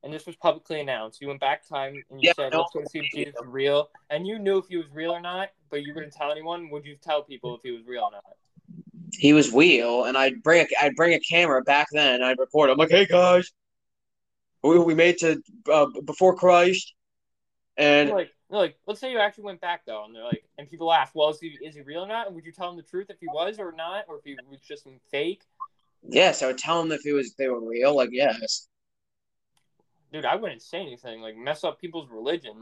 Speaker 1: and this was publicly announced. You went back in time and you
Speaker 2: Yeah,
Speaker 1: said,
Speaker 2: no.
Speaker 1: "Let's go see if Jesus was real," and you knew if he was real or not, but you wouldn't tell anyone. Would you tell people if he was real or not?
Speaker 2: He was wheel, and I'd bring a, I'd bring a camera back then. And I'd record. I'm like, hey guys, we, we made it to uh, before Christ, and
Speaker 1: They're like, they're like, let's say you actually went back though, and they're like, and people ask, well, is he is he real or not? And would you tell them the truth if he was or not, or if he was just some fake?
Speaker 2: yes, I would tell them if it was they were real. Like yes,
Speaker 1: Dude, I wouldn't say anything. Like mess up people's religion.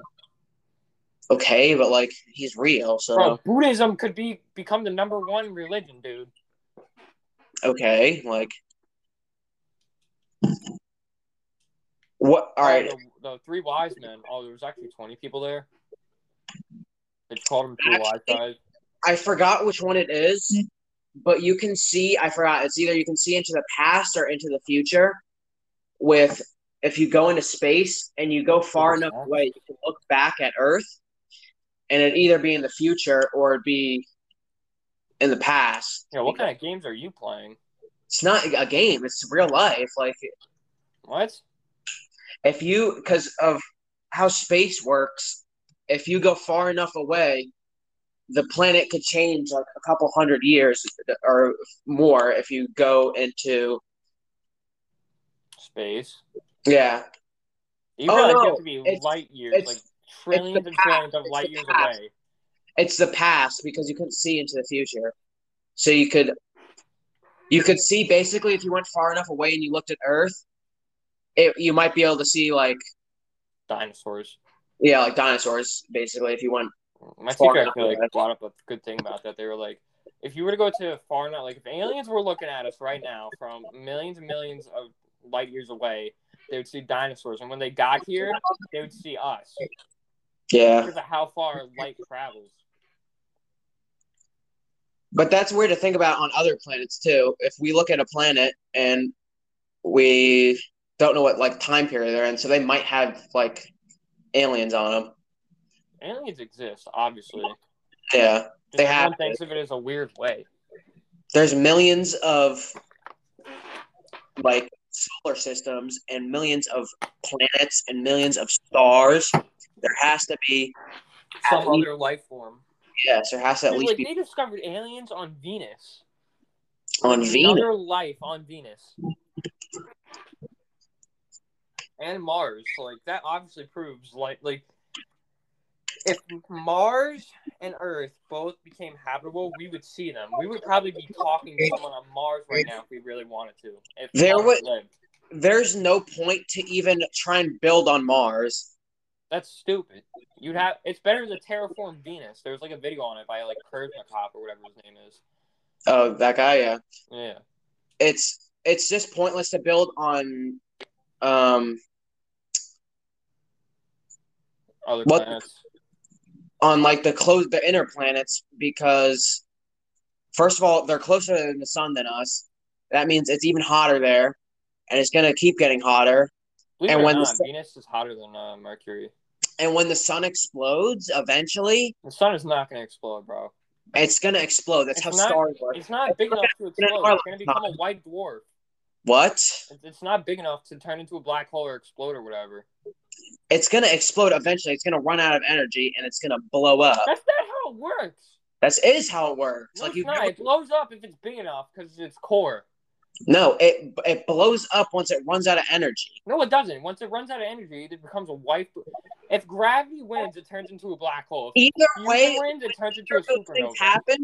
Speaker 2: okay, but like he's real, so
Speaker 1: Bro, Buddhism could be become the number one religion, dude.
Speaker 2: okay, like what? All right,
Speaker 1: The, Oh, the three wise men. Oh, there was actually twenty people there. They just called them three wise guys.
Speaker 2: I forgot which one it is, but you can see, I forgot, it's either you can see into the past or into the future with if you go into space and you go far enough away, you can look back at Earth and it'd either be in the future or it'd be in the past.
Speaker 1: Yeah, what kind of games are you playing?
Speaker 2: It's not a game, it's real life. Like
Speaker 1: What?
Speaker 2: if you because of how space works if you go far enough away the planet could change like a couple hundred years or more if you go into
Speaker 1: Space.
Speaker 2: yeah
Speaker 1: You
Speaker 2: Oh,
Speaker 1: really
Speaker 2: no,
Speaker 1: have to be
Speaker 2: it's-
Speaker 1: light years,
Speaker 2: it's-
Speaker 1: like trillions and
Speaker 2: past,
Speaker 1: trillions of
Speaker 2: it's the
Speaker 1: light years
Speaker 2: past.
Speaker 1: away.
Speaker 2: it's the past because you couldn't see into the future so you could you could see basically if you went far enough away and you looked at earth it, you might be able to see like
Speaker 1: Dinosaurs.
Speaker 2: yeah like dinosaurs basically if you went
Speaker 1: My
Speaker 2: Far
Speaker 1: teacher
Speaker 2: enough
Speaker 1: actually like,
Speaker 2: away.
Speaker 1: brought up a good thing about that. They were like, if you were to go to far enough, like if aliens were looking at us right now from millions and millions of light years away, they would see dinosaurs, and when they got here, they would see us
Speaker 2: yeah
Speaker 1: because of how far light travels.
Speaker 2: But that's weird to think about on other planets too. If we look at a planet and we don't know what like time period they're in, so they might have like aliens on them.
Speaker 1: Aliens exist, obviously. Just
Speaker 2: Yeah, They
Speaker 1: everyone
Speaker 2: have
Speaker 1: thinks of it as a weird way.
Speaker 2: there's millions of like solar systems and millions of planets and millions of stars. There has to be
Speaker 1: Some
Speaker 2: At least-
Speaker 1: other life form.
Speaker 2: yes, there has to at
Speaker 1: Dude,
Speaker 2: least
Speaker 1: like
Speaker 2: be
Speaker 1: they discovered aliens on Venus.
Speaker 2: on Venus.
Speaker 1: Another life on Venus. And Mars. So, like that obviously proves like like if Mars and Earth both became habitable, we would see them. We would probably be talking to someone on Mars right now if we really wanted to. If
Speaker 2: There
Speaker 1: Mars
Speaker 2: would-
Speaker 1: lived.
Speaker 2: There's no point to even try and build on Mars.
Speaker 1: That's stupid. You'd have it's better to terraform Venus. There was like a video on it by like Kurzmakov or whatever his name is.
Speaker 2: Oh, that guy, yeah.
Speaker 1: Yeah.
Speaker 2: it's it's just pointless to build on um
Speaker 1: other
Speaker 2: What-
Speaker 1: planets.
Speaker 2: on like the close the inner planets because first of all they're closer to the sun than us that means it's even hotter there and it's going to keep getting hotter
Speaker 1: Believe
Speaker 2: and
Speaker 1: it or
Speaker 2: when the
Speaker 1: not,
Speaker 2: sun-
Speaker 1: Venus is hotter than uh, Mercury.
Speaker 2: and when the sun explodes eventually
Speaker 1: The sun is not going to explode, bro.
Speaker 2: it's going to explode that's
Speaker 1: It's
Speaker 2: how
Speaker 1: not-
Speaker 2: stars work
Speaker 1: It's not big enough to
Speaker 2: gonna
Speaker 1: explode.
Speaker 2: normal-
Speaker 1: It's going to become a white dwarf.
Speaker 2: what
Speaker 1: It's, it's not big enough to turn into a black hole or explode or whatever.
Speaker 2: it's going to explode eventually it's going to run out of energy and it's going to blow up
Speaker 1: That's not how it works.
Speaker 2: that is how it works
Speaker 1: No,
Speaker 2: like
Speaker 1: it's
Speaker 2: you
Speaker 1: not. It blows up if it's big enough because it's its core.
Speaker 2: no it it blows up once it runs out of energy
Speaker 1: No, it doesn't. Once it runs out of energy, it becomes a white. If gravity wins, it turns into a black hole. If
Speaker 2: either way
Speaker 1: fusion wins, it turns into a
Speaker 2: If those things
Speaker 1: supernova.
Speaker 2: happen,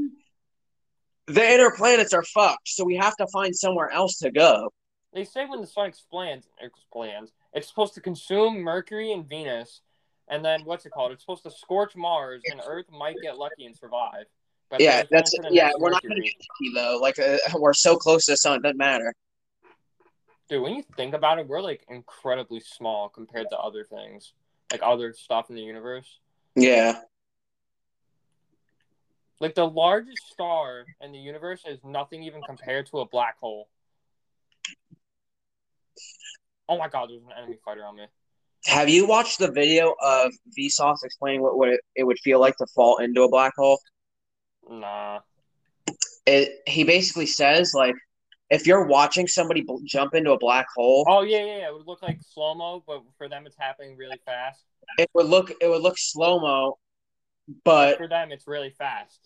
Speaker 2: the inner planets are fucked. So we have to find somewhere else to go.
Speaker 1: They say when the sun expands, expands, it's supposed to consume Mercury and Venus, and then what's it called? It's supposed to scorch Mars, and Earth might get lucky and survive. But
Speaker 2: yeah,
Speaker 1: then
Speaker 2: that's
Speaker 1: it's gonna
Speaker 2: yeah.
Speaker 1: miss
Speaker 2: We're not going to
Speaker 1: Mercury.
Speaker 2: get lucky though. Like uh, we're so close to the sun, it doesn't matter.
Speaker 1: Dude, when you think about it, we're like incredibly small compared to other things, like other stuff in the universe.
Speaker 2: Yeah,
Speaker 1: Like the largest star in the universe is nothing even compared to a black hole. Oh my god, there's an enemy fighter on me.
Speaker 2: have you watched the video of Vsauce explaining what would it, it would feel like to fall into a black hole?
Speaker 1: Nah.
Speaker 2: It, he basically says like, if you're watching somebody bl- jump into a black hole,
Speaker 1: Oh yeah, yeah, yeah. It would look like slow mo, but for them it's happening really fast.
Speaker 2: it would look it would look slow mo, but
Speaker 1: For them it's really fast.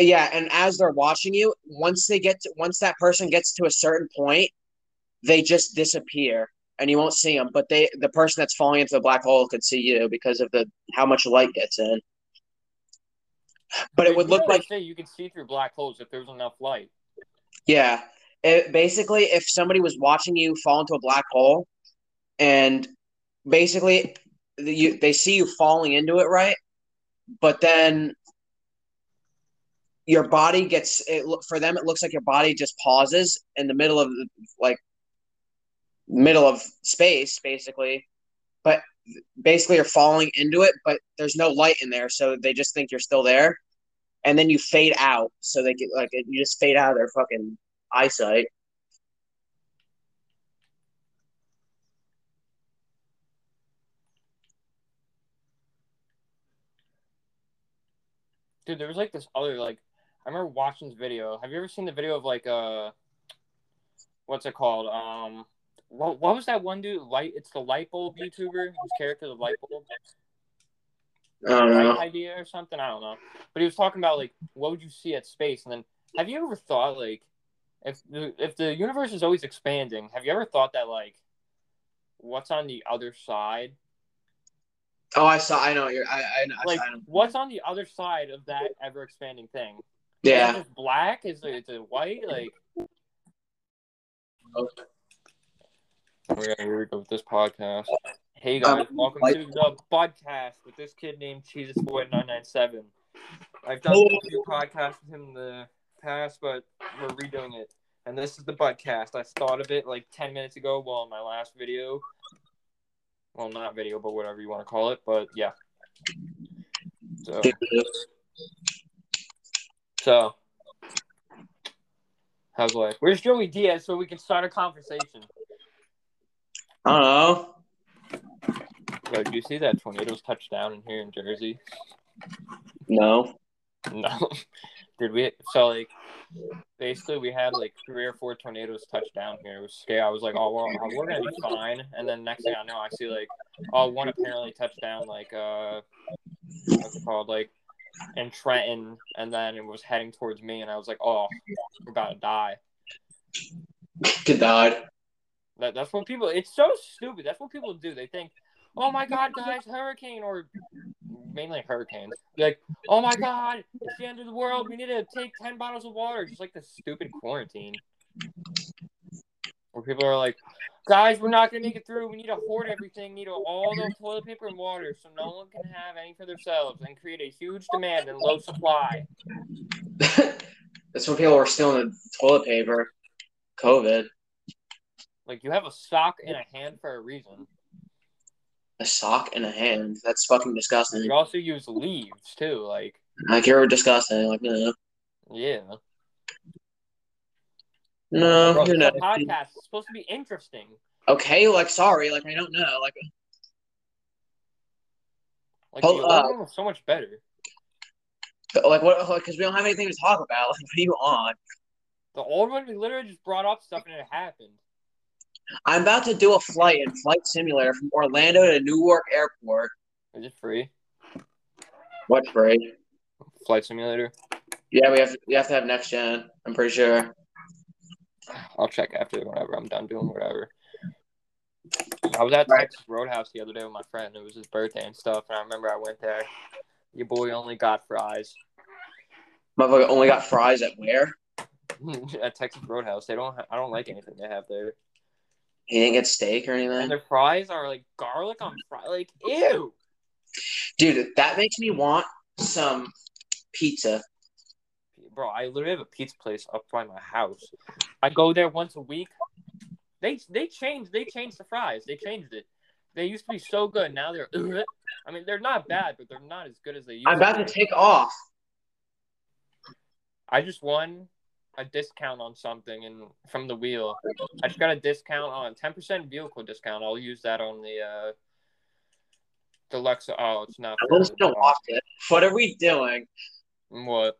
Speaker 2: Yeah, and as they're watching you, once they get to, once that person gets to a certain point, they just disappear and you won't see them. But they the person that's falling into the black hole could see you because of the how much light gets in. But it
Speaker 1: Dude,
Speaker 2: would
Speaker 1: you
Speaker 2: look
Speaker 1: know they
Speaker 2: like
Speaker 1: say you could see through black holes if there was enough light.
Speaker 2: yeah, it, basically if somebody was watching you fall into a black hole, and basically the- you they see you falling into it, right? But then your body gets it loo- for them it looks like your body just pauses in the middle of like middle of space basically but basically you're falling into it but there's no light in there so they just think you're still there and then you fade out so they get like you just fade out of their fucking eyesight
Speaker 1: Dude, there was like this other like I remember watching this video. Have you ever seen the video of like uh what's it called? Um what, what was that one dude? Light it's the light bulb YouTuber, his character the light bulb.
Speaker 2: i don't
Speaker 1: right
Speaker 2: know
Speaker 1: idea or something. I don't know. But he was talking about like what would you see at space, and then have you ever thought like if the, if the universe is always expanding, have you ever thought that like what's on the other side,
Speaker 2: oh i saw i know what you're i i, I,
Speaker 1: like
Speaker 2: I know.
Speaker 1: what's on the other side of that ever expanding thing?
Speaker 2: yeah
Speaker 1: is *laughs* it just black? Is it, is it white? Like.
Speaker 2: Okay.
Speaker 1: Oh, Yeah, here we go with this podcast. Hey
Speaker 2: Um,
Speaker 1: guys, welcome
Speaker 2: like-
Speaker 1: to the podcast with this kid named Jesus Boy nine nine seven. I've done
Speaker 2: Oh.
Speaker 1: a few podcasts with him in the past, but we're redoing it. And this is the podcast. I thought of it like ten minutes ago while in my last video. Well not video, but whatever you want to call it. But yeah. So so how's life? Where's Joey Diaz so we can start a conversation?
Speaker 2: i don't know
Speaker 1: Yo, do you see that tornadoes touch down in here in Jersey? *laughs*
Speaker 2: no
Speaker 1: No. Did we? So, like, basically, we had like three or four tornadoes touch down here. It was scary. I was like, oh, well, we're going to be fine. And then next thing I know, I see like, oh, one apparently touched down, like, uh, what's it called? Like, in Trenton. And then it was heading towards me. And I was like, oh, we're about to die.
Speaker 2: good god
Speaker 1: That, that's what people. It's so stupid. That's what people do. They think, "Oh my God, guys, hurricane!" Or mainly hurricanes. Like, "Oh my God, it's the end of the world. We need to take ten bottles of water." Just like the stupid quarantine, where people are like, "Guys, we're not gonna make it through. We need to hoard everything. Need all the toilet paper and water, so no one can have any for themselves, and create a huge demand and low supply."
Speaker 2: *laughs* That's when people were stealing the toilet paper. COVID.
Speaker 1: Like, you have a sock and a hand for a reason.
Speaker 2: A sock and a hand. That's fucking disgusting.
Speaker 1: You also use leaves too, like
Speaker 2: Like you're disgusting. Like no,
Speaker 1: yeah.
Speaker 2: no,
Speaker 1: Bro,
Speaker 2: Oh, you're
Speaker 1: it's a
Speaker 2: not.
Speaker 1: podcast is supposed to be interesting.
Speaker 2: Okay, like sorry, like I don't know. Like
Speaker 1: Like
Speaker 2: Hold
Speaker 1: the other one was so much better.
Speaker 2: like what? Because we don't have anything to talk about. *laughs* Like what are you on?
Speaker 1: The old one, we literally just brought up stuff and it happened.
Speaker 2: I'm about to do a flight in Flight Simulator from Orlando to Newark Airport.
Speaker 1: Is it free?
Speaker 2: What's free?
Speaker 1: Flight simulator.
Speaker 2: Yeah, we have we have to have next gen. I'm pretty sure.
Speaker 1: I'll check after whenever I'm done doing whatever. I was at
Speaker 2: Right.
Speaker 1: Texas Roadhouse the other day with my friend. It was his birthday and stuff, and I remember I went there. Your boy only got fries *laughs*
Speaker 2: Motherfucker only got fries at where?
Speaker 1: at Texas Roadhouse. They don't. Ha- I don't like anything they have there,
Speaker 2: He didn't get steak or
Speaker 1: and
Speaker 2: anything.
Speaker 1: their fries are like garlic on fries. Like ew.
Speaker 2: Dude, that makes me want some pizza.
Speaker 1: bro. I literally have a pizza place up by my house. I go there once a week. They they changed they changed the fries. They changed it. They used to be so good. Now they're. *clears throat* Ugh. I mean, they're not bad, but they're not as good as they used.
Speaker 2: I'm about
Speaker 1: to
Speaker 2: to
Speaker 1: be.
Speaker 2: take off.
Speaker 1: I just won a discount on something and from the wheel. I just got a discount on ten percent vehicle discount. I'll use that on the uh deluxe. Oh, it's not.
Speaker 2: I'm just gonna watch it. What are we doing?
Speaker 1: What?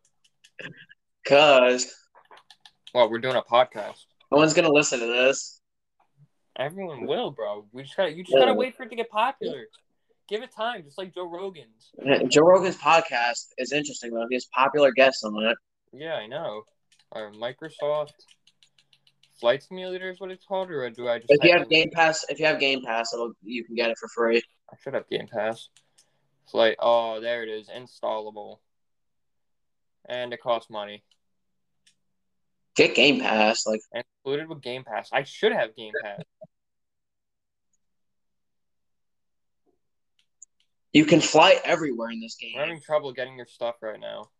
Speaker 2: Cause
Speaker 1: Well, we're doing a podcast.
Speaker 2: no one's gonna listen to this.
Speaker 1: Everyone will, bro. We just gotta you just gotta wait for it to get popular. Give it time, just like Joe Rogan's.
Speaker 2: Joe Rogan's podcast is interesting though. He has popular guests on it.
Speaker 1: Yeah, I know. Or Microsoft Flight Simulator is what it's called, or do I just
Speaker 2: If you
Speaker 1: type
Speaker 2: have
Speaker 1: in-
Speaker 2: Game Pass, if you have Game Pass, it'll, you can get it for free.
Speaker 1: I should have Game Pass. Flight oh there it is, installable. And it costs money.
Speaker 2: Get Game Pass, like
Speaker 1: And included with Game Pass. I should have Game Pass.
Speaker 2: you can fly everywhere in this game.
Speaker 1: We're having trouble getting your stuff right now.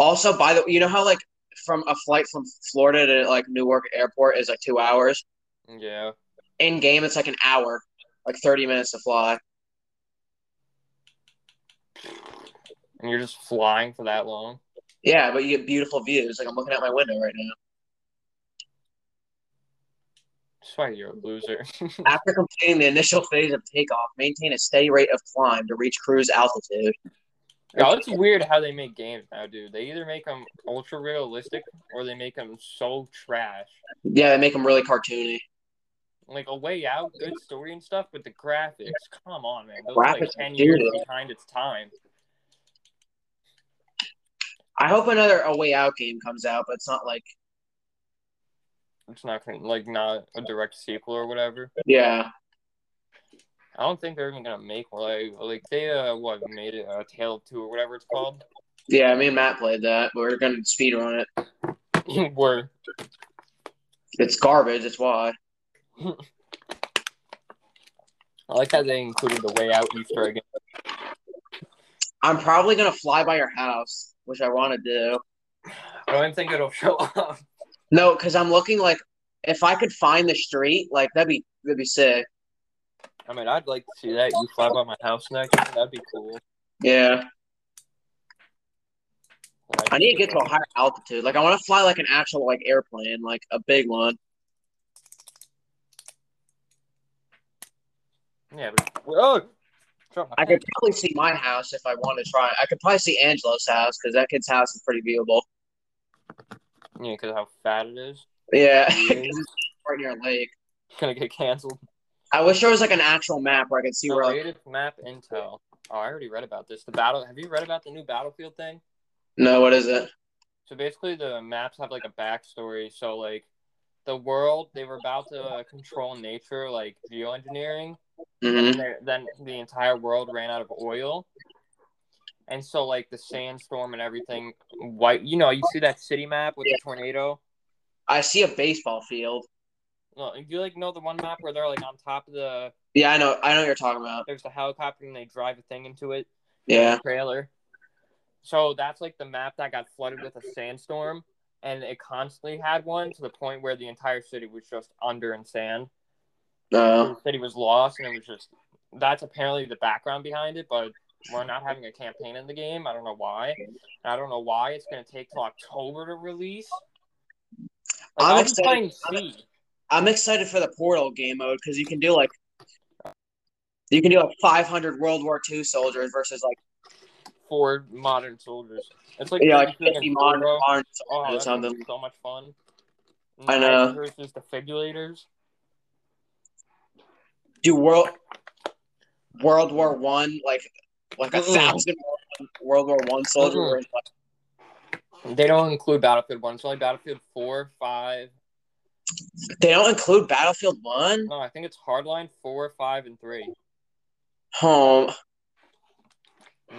Speaker 2: Also, by the you know how like from a flight from Florida to like Newark Airport is like two hours.
Speaker 1: Yeah.
Speaker 2: In game, it's like an hour, like thirty minutes to fly.
Speaker 1: And you're just flying for that long.
Speaker 2: Yeah, but you get beautiful views. Like I'm looking out my window right now.
Speaker 1: That's why you're a loser.
Speaker 2: After completing the initial phase of takeoff, maintain a steady rate of climb to reach cruise altitude.
Speaker 1: Yeah, it's weird how they make games now, dude. They either make them ultra realistic or they make them so trash.
Speaker 2: Yeah, they make them really cartoony.
Speaker 1: Like a way out, good story and stuff, but the graphics, come on, man. Those are like
Speaker 2: Graphics are
Speaker 1: ten years
Speaker 2: weird.
Speaker 1: behind its time.
Speaker 2: I hope another A Way Out game comes out, but it's not like
Speaker 1: It's not gonna like not a direct sequel or whatever.
Speaker 2: yeah.
Speaker 1: I don't think they're even gonna make like like they uh what made it uh, Tale of Two or whatever it's called. *laughs*
Speaker 2: Yeah, me and Matt played that. but We're gonna speedrun it.
Speaker 1: Where
Speaker 2: It's garbage. That's why.
Speaker 1: I like how they included the way out Easter egg.
Speaker 2: I'm probably gonna fly by your house, which I want to do.
Speaker 1: I don't think it'll *laughs* show up.
Speaker 2: No, because I'm looking like if I could find the street, like that'd be that'd be sick.
Speaker 1: I mean, I'd like to see that you fly by my house next. That'd be cool.
Speaker 2: Yeah,
Speaker 1: Like,
Speaker 2: I need to get to a higher altitude. Like I want to fly like an actual like airplane, like a big one.
Speaker 1: Yeah, but oh, drop my
Speaker 2: I could probably see my house if I want to try. I could probably see Angelo's house because that kid's house is pretty viewable.
Speaker 1: Yeah, because how fat it
Speaker 2: *laughs*
Speaker 1: is.
Speaker 2: Yeah,
Speaker 1: It's
Speaker 2: right near a lake.
Speaker 1: gonna get
Speaker 2: *laughs*
Speaker 1: canceled.
Speaker 2: I wish there was like an actual map where I could see where. Like,
Speaker 1: Creative map intel. Oh, I already read about this. The battle. Have you read about the new battlefield thing?
Speaker 2: no, what is it?
Speaker 1: So basically, the maps have like a backstory. So like, the world they were about to uh, control nature, like geoengineering,
Speaker 2: hmm
Speaker 1: and there- then the entire world ran out of oil. And so, like the sandstorm and everything, white. You know, you see that city map with the tornado.
Speaker 2: I see a baseball field.
Speaker 1: No, you like know the one map where they're like on top of the
Speaker 2: Yeah, I know. I know what you're talking about.
Speaker 1: there's the helicopter and they drive a thing into it
Speaker 2: Yeah.
Speaker 1: trailer so that's like the map that got flooded with a sandstorm and it constantly had one to the point where the entire city was just under in sand
Speaker 2: No.
Speaker 1: the city was lost and it was just that's apparently the background behind it, but we're not having a campaign in the game. I don't know why. I don't know why it's going to take till October to release. Like,
Speaker 2: I'm
Speaker 1: I'll be
Speaker 2: excited.
Speaker 1: playing C.
Speaker 2: I'm excited for the Portal game mode because you can do like you can do like 500 World War II soldiers versus like
Speaker 1: for modern soldiers. It's like
Speaker 2: you know, like
Speaker 1: Griffin and
Speaker 2: 50 modern,
Speaker 1: Zorro.
Speaker 2: modern
Speaker 1: Oh,
Speaker 2: soldiers or
Speaker 1: that's gonna
Speaker 2: something.
Speaker 1: be so much fun.
Speaker 2: I know.
Speaker 1: Knights Versus defibrillators.
Speaker 2: Do World World War One like like a
Speaker 1: Mm-mm.
Speaker 2: thousand World War One soldiers.
Speaker 1: Mm-mm.
Speaker 2: were in, like-
Speaker 1: They don't include Battlefield One. It's only Battlefield Four, Five.
Speaker 2: They don't include Battlefield One.
Speaker 1: No, I think it's Hardline Four, Five, and Three.
Speaker 2: Home.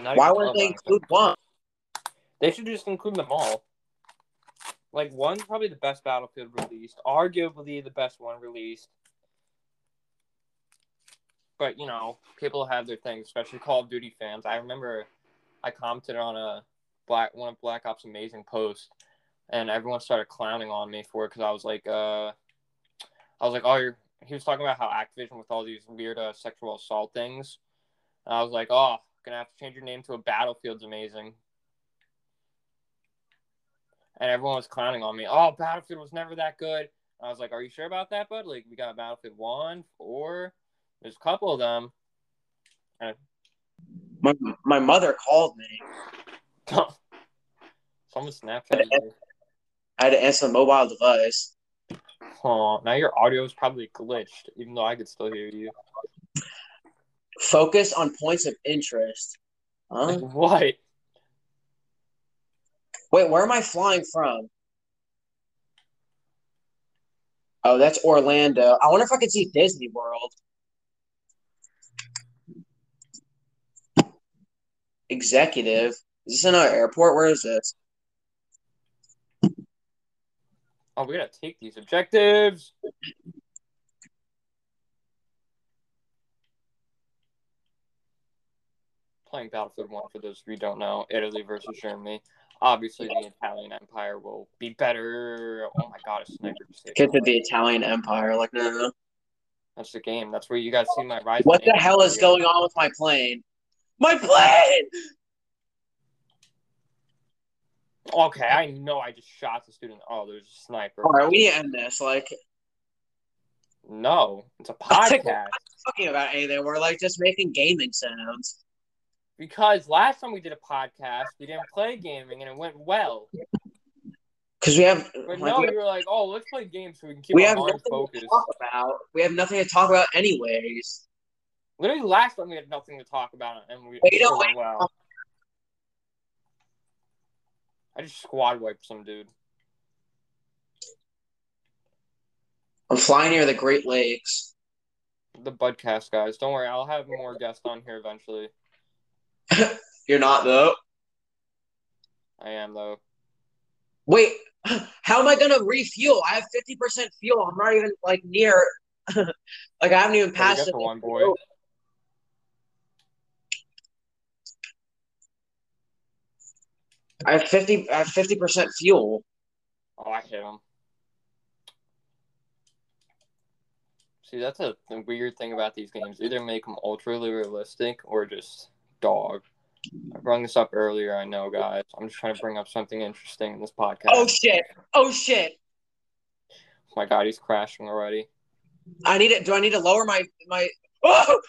Speaker 1: Not
Speaker 2: Why
Speaker 1: even
Speaker 2: wouldn't they
Speaker 1: Hardline.
Speaker 2: include one?
Speaker 1: They should just include them all. Like one's probably the best Battlefield released, arguably the best one released. But you know, people have their things, especially Call of Duty fans. I remember I commented on a black one of Black Ops Amazing post, and everyone started clowning on me for it because I was like, uh, I was like, oh, you're. He was talking about how Activision with all these weird uh, sexual assault things. And I was like, oh, gonna have to change your name to a Battlefield's Amazing and everyone was clowning on me. Oh, Battlefield was never that good. I was like, Are you sure about that, bud? Like, we got Battlefield 1, 4. There's a couple of them. *laughs*
Speaker 2: My, my mother called me.
Speaker 1: Someone Snapchat.
Speaker 2: I had to answer the mobile device.
Speaker 1: Oh, now your audio is probably glitched, even though I could still hear you.
Speaker 2: Focus on points of interest.
Speaker 1: Like,
Speaker 2: Huh?
Speaker 1: what?
Speaker 2: Wait, where am I flying from? Oh, that's Orlando. I wonder if I could see Disney World. Executive. Is this another airport? Where is this?
Speaker 1: Oh, we gotta take these objectives. Playing Battlefield 1, for those of you who don't know, Italy versus Germany. Obviously, the Italian Empire will be better. Oh my god, a sniper just hit me.
Speaker 2: Get to the Italian Empire. Like, no, no, no.
Speaker 1: That's the game. That's where you guys see my rise.
Speaker 2: What the hell is going on with my plane? My plane!
Speaker 1: Okay, I know I just shot the student. Oh, there's a sniper.
Speaker 2: All right, we need to end this. Like,
Speaker 1: No, it's a
Speaker 2: I think-
Speaker 1: podcast.
Speaker 2: talking about anything. We're like just making gaming sounds.
Speaker 1: Because last time we did a podcast, we didn't play gaming and it went well.
Speaker 2: Because we have
Speaker 1: But
Speaker 2: like,
Speaker 1: no,
Speaker 2: we
Speaker 1: you were like, oh, let's play games so we can keep
Speaker 2: We
Speaker 1: our
Speaker 2: have
Speaker 1: mind
Speaker 2: nothing
Speaker 1: focused.
Speaker 2: to talk about. We have nothing to talk about anyways.
Speaker 1: Literally, last time we had nothing to talk about and we
Speaker 2: Wait,
Speaker 1: still
Speaker 2: oh,
Speaker 1: went well. I just squad wiped some dude.
Speaker 2: I'm flying near the Great Lakes.
Speaker 1: The Budcast guys. Don't worry, I'll have more guests on here eventually.
Speaker 2: You're not though.
Speaker 1: I am though.
Speaker 2: Wait, *sighs* how am I gonna refuel? I have fifty percent fuel. I'm not even like near. *laughs* like I haven't even
Speaker 1: What do you
Speaker 2: passed
Speaker 1: got
Speaker 2: it.
Speaker 1: for one boy.
Speaker 2: I have fifty. I have fifty percent fuel.
Speaker 1: Oh, I hit him. See, that's a the weird thing about these games. Either make them ultra realistic or just dog. I brought this up earlier. I know, guys. I'm just trying to bring up something interesting in this podcast.
Speaker 2: Oh shit! Oh shit!
Speaker 1: my god, he's crashing already.
Speaker 2: I need it. Do I need to lower my my? *gasps* Oh!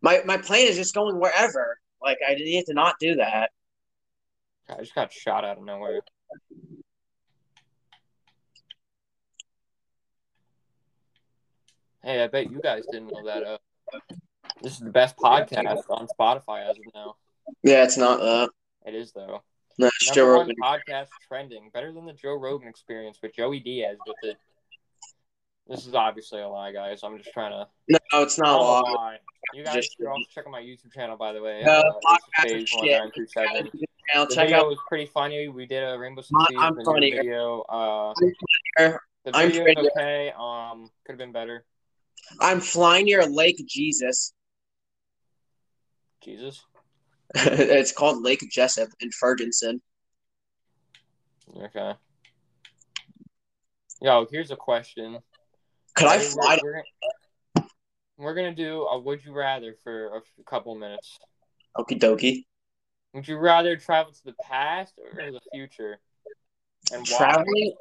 Speaker 2: My my plane is just going wherever. Like I need to not do that.
Speaker 1: I just got shot out of nowhere. Hey, I bet you guys didn't know that. Uh, this is the best podcast on Spotify as of now.
Speaker 2: Yeah, it's not. Uh,
Speaker 1: It is though.
Speaker 2: no,
Speaker 1: Number one podcast trending, better than the Joe Rogan experience with Joey Diaz with it. This is obviously a lie, guys. I'm just trying to.
Speaker 2: No, it's not.
Speaker 1: I'm a
Speaker 2: law.
Speaker 1: lie. You guys
Speaker 2: Just-
Speaker 1: should also check out my YouTube channel, by the way.
Speaker 2: Oh. No,
Speaker 1: uh,
Speaker 2: podcast
Speaker 1: it's
Speaker 2: shit.
Speaker 1: phase1927.
Speaker 2: Now
Speaker 1: The
Speaker 2: check
Speaker 1: video
Speaker 2: out.
Speaker 1: was pretty funny. We did a Rainbow
Speaker 2: I'm-
Speaker 1: Six
Speaker 2: I'm funny.
Speaker 1: video. Uh,
Speaker 2: I'm
Speaker 1: the
Speaker 2: I'm
Speaker 1: video is
Speaker 2: funny.
Speaker 1: okay. Um, could have been better.
Speaker 2: I'm flying near Lake Jesus. *laughs*
Speaker 1: Jesus.
Speaker 2: it's called Lake Jessup in Ferguson.
Speaker 1: Okay. Yo, here's a question.
Speaker 2: Could I
Speaker 1: We're-
Speaker 2: fly?
Speaker 1: We're, gonna- we're gonna do a would you rather for a f- couple minutes.
Speaker 2: Okie dokie.
Speaker 1: Would you rather travel to the past or the future? And why?
Speaker 2: Traveling,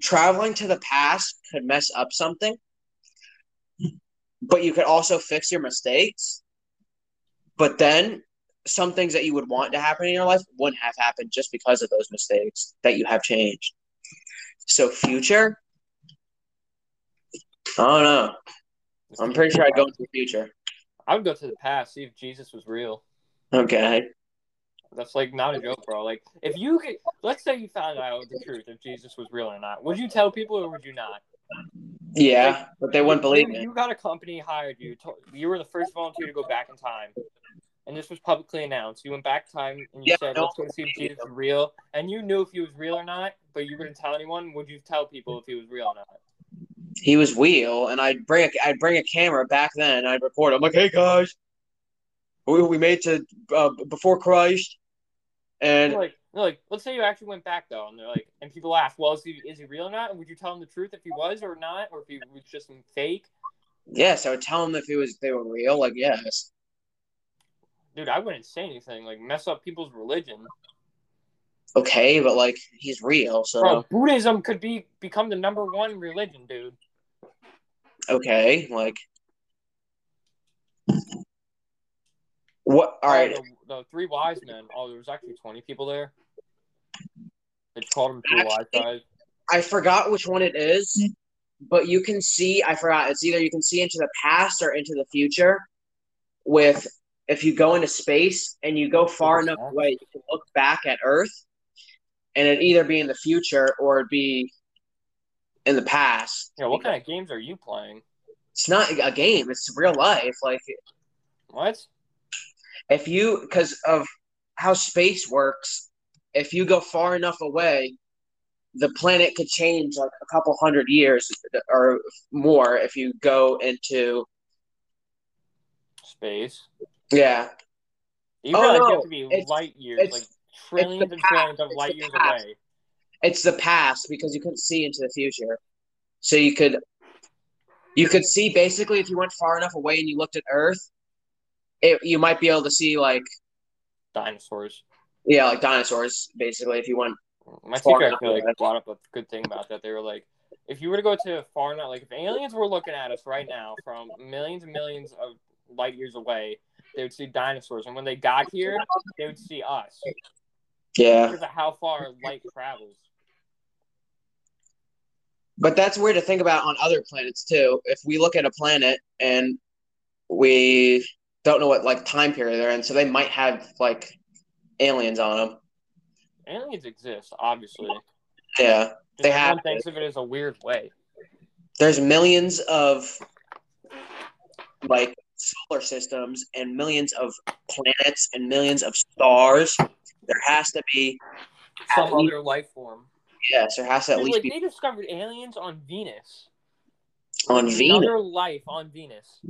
Speaker 2: traveling to the past could mess up something, but you could also fix your mistakes. But then, some things that you would want to happen in your life wouldn't have happened just because of those mistakes that you have changed. So, future, I don't know. I'm pretty sure I'd go into the future.
Speaker 1: I would go to the past, see if Jesus was real.
Speaker 2: Okay.
Speaker 1: That's like not a joke, bro. Like if you could, let's say you found out the truth if Jesus was real or not, would you tell people or would you not?
Speaker 2: Yeah, but they wouldn't believe
Speaker 1: you,
Speaker 2: me.
Speaker 1: You got a company hired you. To, you were the first volunteer to go back in time, and this was publicly announced. You went back in time and you
Speaker 2: Yeah,
Speaker 1: said,
Speaker 2: no.
Speaker 1: "Let's go see if Jesus is real." And you knew if he was real or not, but you wouldn't tell anyone. Would you tell people if he was real or not?
Speaker 2: He was wheel, and I'd bring a, I'd bring a camera back then. And I'd record. I'm like, hey guys, we, we made it to uh, before Christ, and
Speaker 1: They're like, they're like, let's say you actually went back though, and they're like, and people ask, "Well, is he is he real or not?" And would you tell them the truth if he was or not, or if he was just some fake?
Speaker 2: yes, I would tell them if it was if they were real. Like yes,
Speaker 1: Dude, I wouldn't say anything. Like mess up people's religion.
Speaker 2: okay, but like he's real, so
Speaker 1: Bro, Buddhism could be become the number one religion, dude.
Speaker 2: okay, like what? All right,
Speaker 1: Oh, The, the three wise men. Oh, there was actually twenty people there. They just called them three wise
Speaker 2: Actually-
Speaker 1: guys.
Speaker 2: I forgot which one it is, but you can see, I forgot, it's either you can see into the past or into the future with if you go into space and you go far enough away, you can look back at Earth and it'd either be in the future or it'd be in the past.
Speaker 1: Yeah, what kind of games are you playing?
Speaker 2: It's not a game, it's real life. Like
Speaker 1: What?
Speaker 2: if you because of how space works if you go far enough away the planet could change like a couple hundred years or more if you go into
Speaker 1: Space.
Speaker 2: yeah
Speaker 1: You
Speaker 2: Oh,
Speaker 1: realize
Speaker 2: no,
Speaker 1: you have to be
Speaker 2: it's-
Speaker 1: light years,
Speaker 2: it's-
Speaker 1: like trillions and
Speaker 2: past,
Speaker 1: trillions of
Speaker 2: it's
Speaker 1: light
Speaker 2: the
Speaker 1: years
Speaker 2: past.
Speaker 1: away.
Speaker 2: it's the past because you couldn't see into the future so you could you could see basically if you went far enough away and you looked at earth it, you might be able to see like
Speaker 1: Dinosaurs.
Speaker 2: yeah like dinosaurs basically if you went
Speaker 1: My
Speaker 2: Far
Speaker 1: teacher
Speaker 2: enough
Speaker 1: actually like
Speaker 2: away.
Speaker 1: brought up a good thing about that. They were like, if you were to go to far enough, like if aliens were looking at us right now from millions and millions of light years away, they would see dinosaurs, and when they got here, they would see us
Speaker 2: yeah
Speaker 1: because of how far light travels.
Speaker 2: But that's weird to think about on other planets too. If we look at a planet and we don't know what like time period they're in, so they might have like aliens on them.
Speaker 1: Aliens exist, obviously.
Speaker 2: Yeah,
Speaker 1: Just
Speaker 2: They
Speaker 1: no
Speaker 2: have
Speaker 1: one thinks of it as a weird way.
Speaker 2: there's millions of like solar systems and millions of planets and millions of stars. There has to be
Speaker 1: Some
Speaker 2: At least-
Speaker 1: other life form.
Speaker 2: yes, there has to at
Speaker 1: Dude,
Speaker 2: least
Speaker 1: like
Speaker 2: be
Speaker 1: they discovered aliens on Venus.
Speaker 2: on Venus.
Speaker 1: Another life on Venus.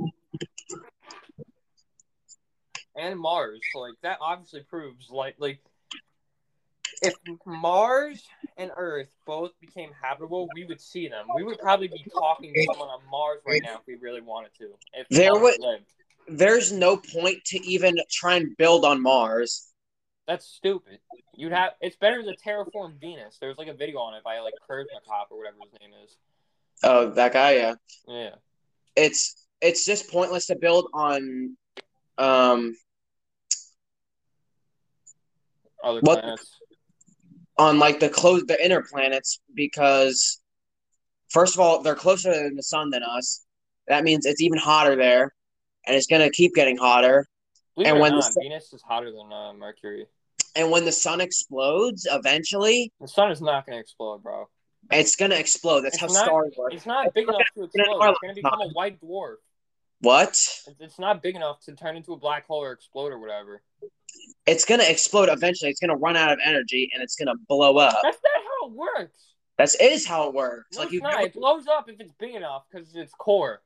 Speaker 1: And Mars. Like that obviously proves like like if Mars and Earth both became habitable, we would see them. We would probably be talking to someone on Mars right now if we really wanted to. If
Speaker 2: There
Speaker 1: Mars
Speaker 2: would-
Speaker 1: lived.
Speaker 2: There's no point to even try and build on Mars.
Speaker 1: That's stupid. You'd have it's better to terraform Venus. There's like a video on it by like Kurzmakov or whatever his name is.
Speaker 2: Oh, that guy, yeah.
Speaker 1: Yeah.
Speaker 2: it's it's just pointless to build on um
Speaker 1: Other
Speaker 2: What-
Speaker 1: planets.
Speaker 2: on like the close the inner planets because first of all they're closer to the sun than us that means it's even hotter there and it's going to keep getting hotter
Speaker 1: Believe
Speaker 2: and
Speaker 1: it or
Speaker 2: when the
Speaker 1: not,
Speaker 2: sun-
Speaker 1: Venus is hotter than uh, Mercury.
Speaker 2: and when the sun explodes eventually
Speaker 1: The sun is not going to explode, bro.
Speaker 2: it's going to explode
Speaker 1: It's
Speaker 2: that's how
Speaker 1: not-
Speaker 2: stars work
Speaker 1: It's not big enough to
Speaker 2: know
Speaker 1: explode.
Speaker 2: what?
Speaker 1: It's going to become a white dwarf.
Speaker 2: what
Speaker 1: It's- It's not big enough to turn into a black hole or explode or whatever.
Speaker 2: it's going to explode eventually it's going to run out of energy and it's going to blow up
Speaker 1: That's not how it works.
Speaker 2: that's is how it works
Speaker 1: No,
Speaker 2: like
Speaker 1: it's
Speaker 2: you
Speaker 1: not. It blows up if it's big enough because it's its core.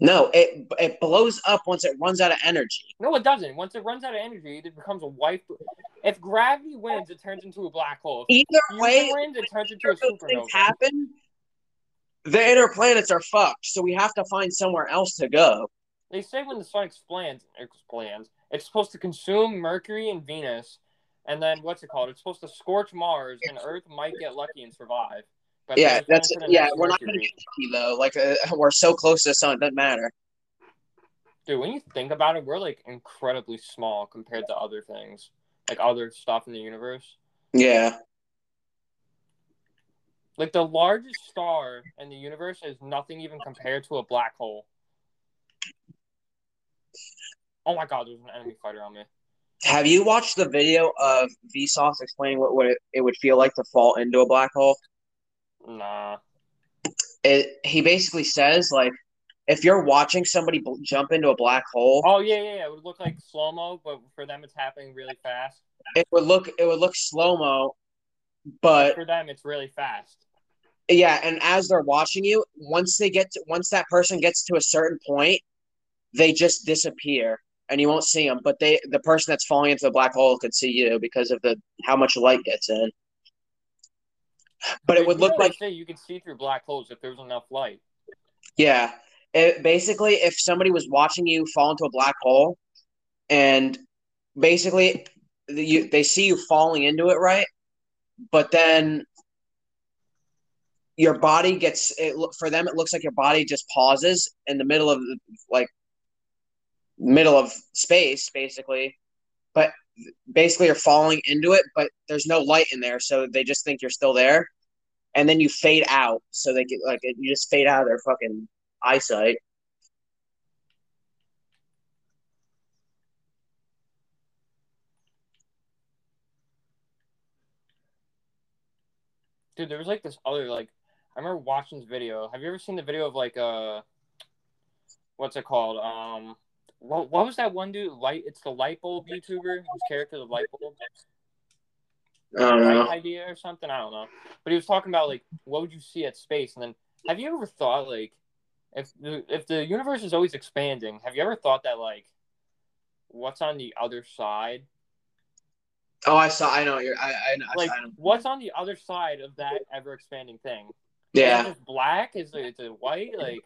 Speaker 2: no it it blows up once it runs out of energy
Speaker 1: No, it doesn't. Once it runs out of energy, it becomes a white. If gravity wins, it turns into a black hole. If
Speaker 2: Either
Speaker 1: fusion
Speaker 2: way,
Speaker 1: wins, it turns into a
Speaker 2: either of those things
Speaker 1: supernova.
Speaker 2: happen. the inner planets are fucked, so we have to find somewhere else to go.
Speaker 1: They say when the sun expands, expands, it's supposed to consume Mercury and Venus, and then what's it called? It's supposed to scorch Mars, and Earth might get lucky and survive. But
Speaker 2: yeah,
Speaker 1: then
Speaker 2: that's
Speaker 1: it's gonna
Speaker 2: yeah.
Speaker 1: hit
Speaker 2: We're not gonna
Speaker 1: Mercury.
Speaker 2: get lucky though. Like uh, we're so close to the sun, it doesn't matter.
Speaker 1: Dude, when you think about it, we're like incredibly small compared to other things, like other stuff in the universe.
Speaker 2: Yeah,
Speaker 1: Like the largest star in the universe is nothing even compared to a black hole. Oh my god, there's an enemy fighter on me.
Speaker 2: Have you watched the video of Vsauce explaining what would it, it would feel like to fall into a black hole?
Speaker 1: Nah.
Speaker 2: It, he basically says like, if you're watching somebody bl- jump into a black hole,
Speaker 1: Oh yeah, yeah, yeah. It would look like slow mo, but for them it's happening really fast.
Speaker 2: it would look it would look slow mo, but
Speaker 1: For them it's really fast.
Speaker 2: yeah, and as they're watching you, once they get to, once that person gets to a certain point, they just disappear and you won't see them. But they the person that's falling into the black hole could see you because of the how much light gets in. But it
Speaker 1: Dude,
Speaker 2: would
Speaker 1: you
Speaker 2: look
Speaker 1: know
Speaker 2: like.
Speaker 1: they say you can see through black holes if there's enough light.
Speaker 2: Yeah. It, basically, if somebody was watching you fall into a black hole, and basically the, you, they see you falling into it, right? But then your body gets it, loo- for them. It looks like your body just pauses in the middle of like middle of space, basically. But basically, you're falling into it, but there's no light in there, so they just think you're still there. And then you fade out, so they get like you just fade out of their fucking eyesight.
Speaker 1: Dude, there was like this other like I remember watching this video. Have you ever seen the video of like uh what's it called? Um what, what was that one dude? Light it's the light bulb YouTuber, his character the light bulb.
Speaker 2: I don't
Speaker 1: right
Speaker 2: know.
Speaker 1: idea or something. I don't know. But he was talking about like what would you see at space, and then have you ever thought like if the, if the universe is always expanding, have you ever thought that like what's on the other side?
Speaker 2: Oh, I saw. I know. You're. I. I, know- I,
Speaker 1: Like
Speaker 2: I know.
Speaker 1: what's on the other side of that ever expanding thing? Is it
Speaker 2: Yeah.
Speaker 1: just black? Is it, is it white? Like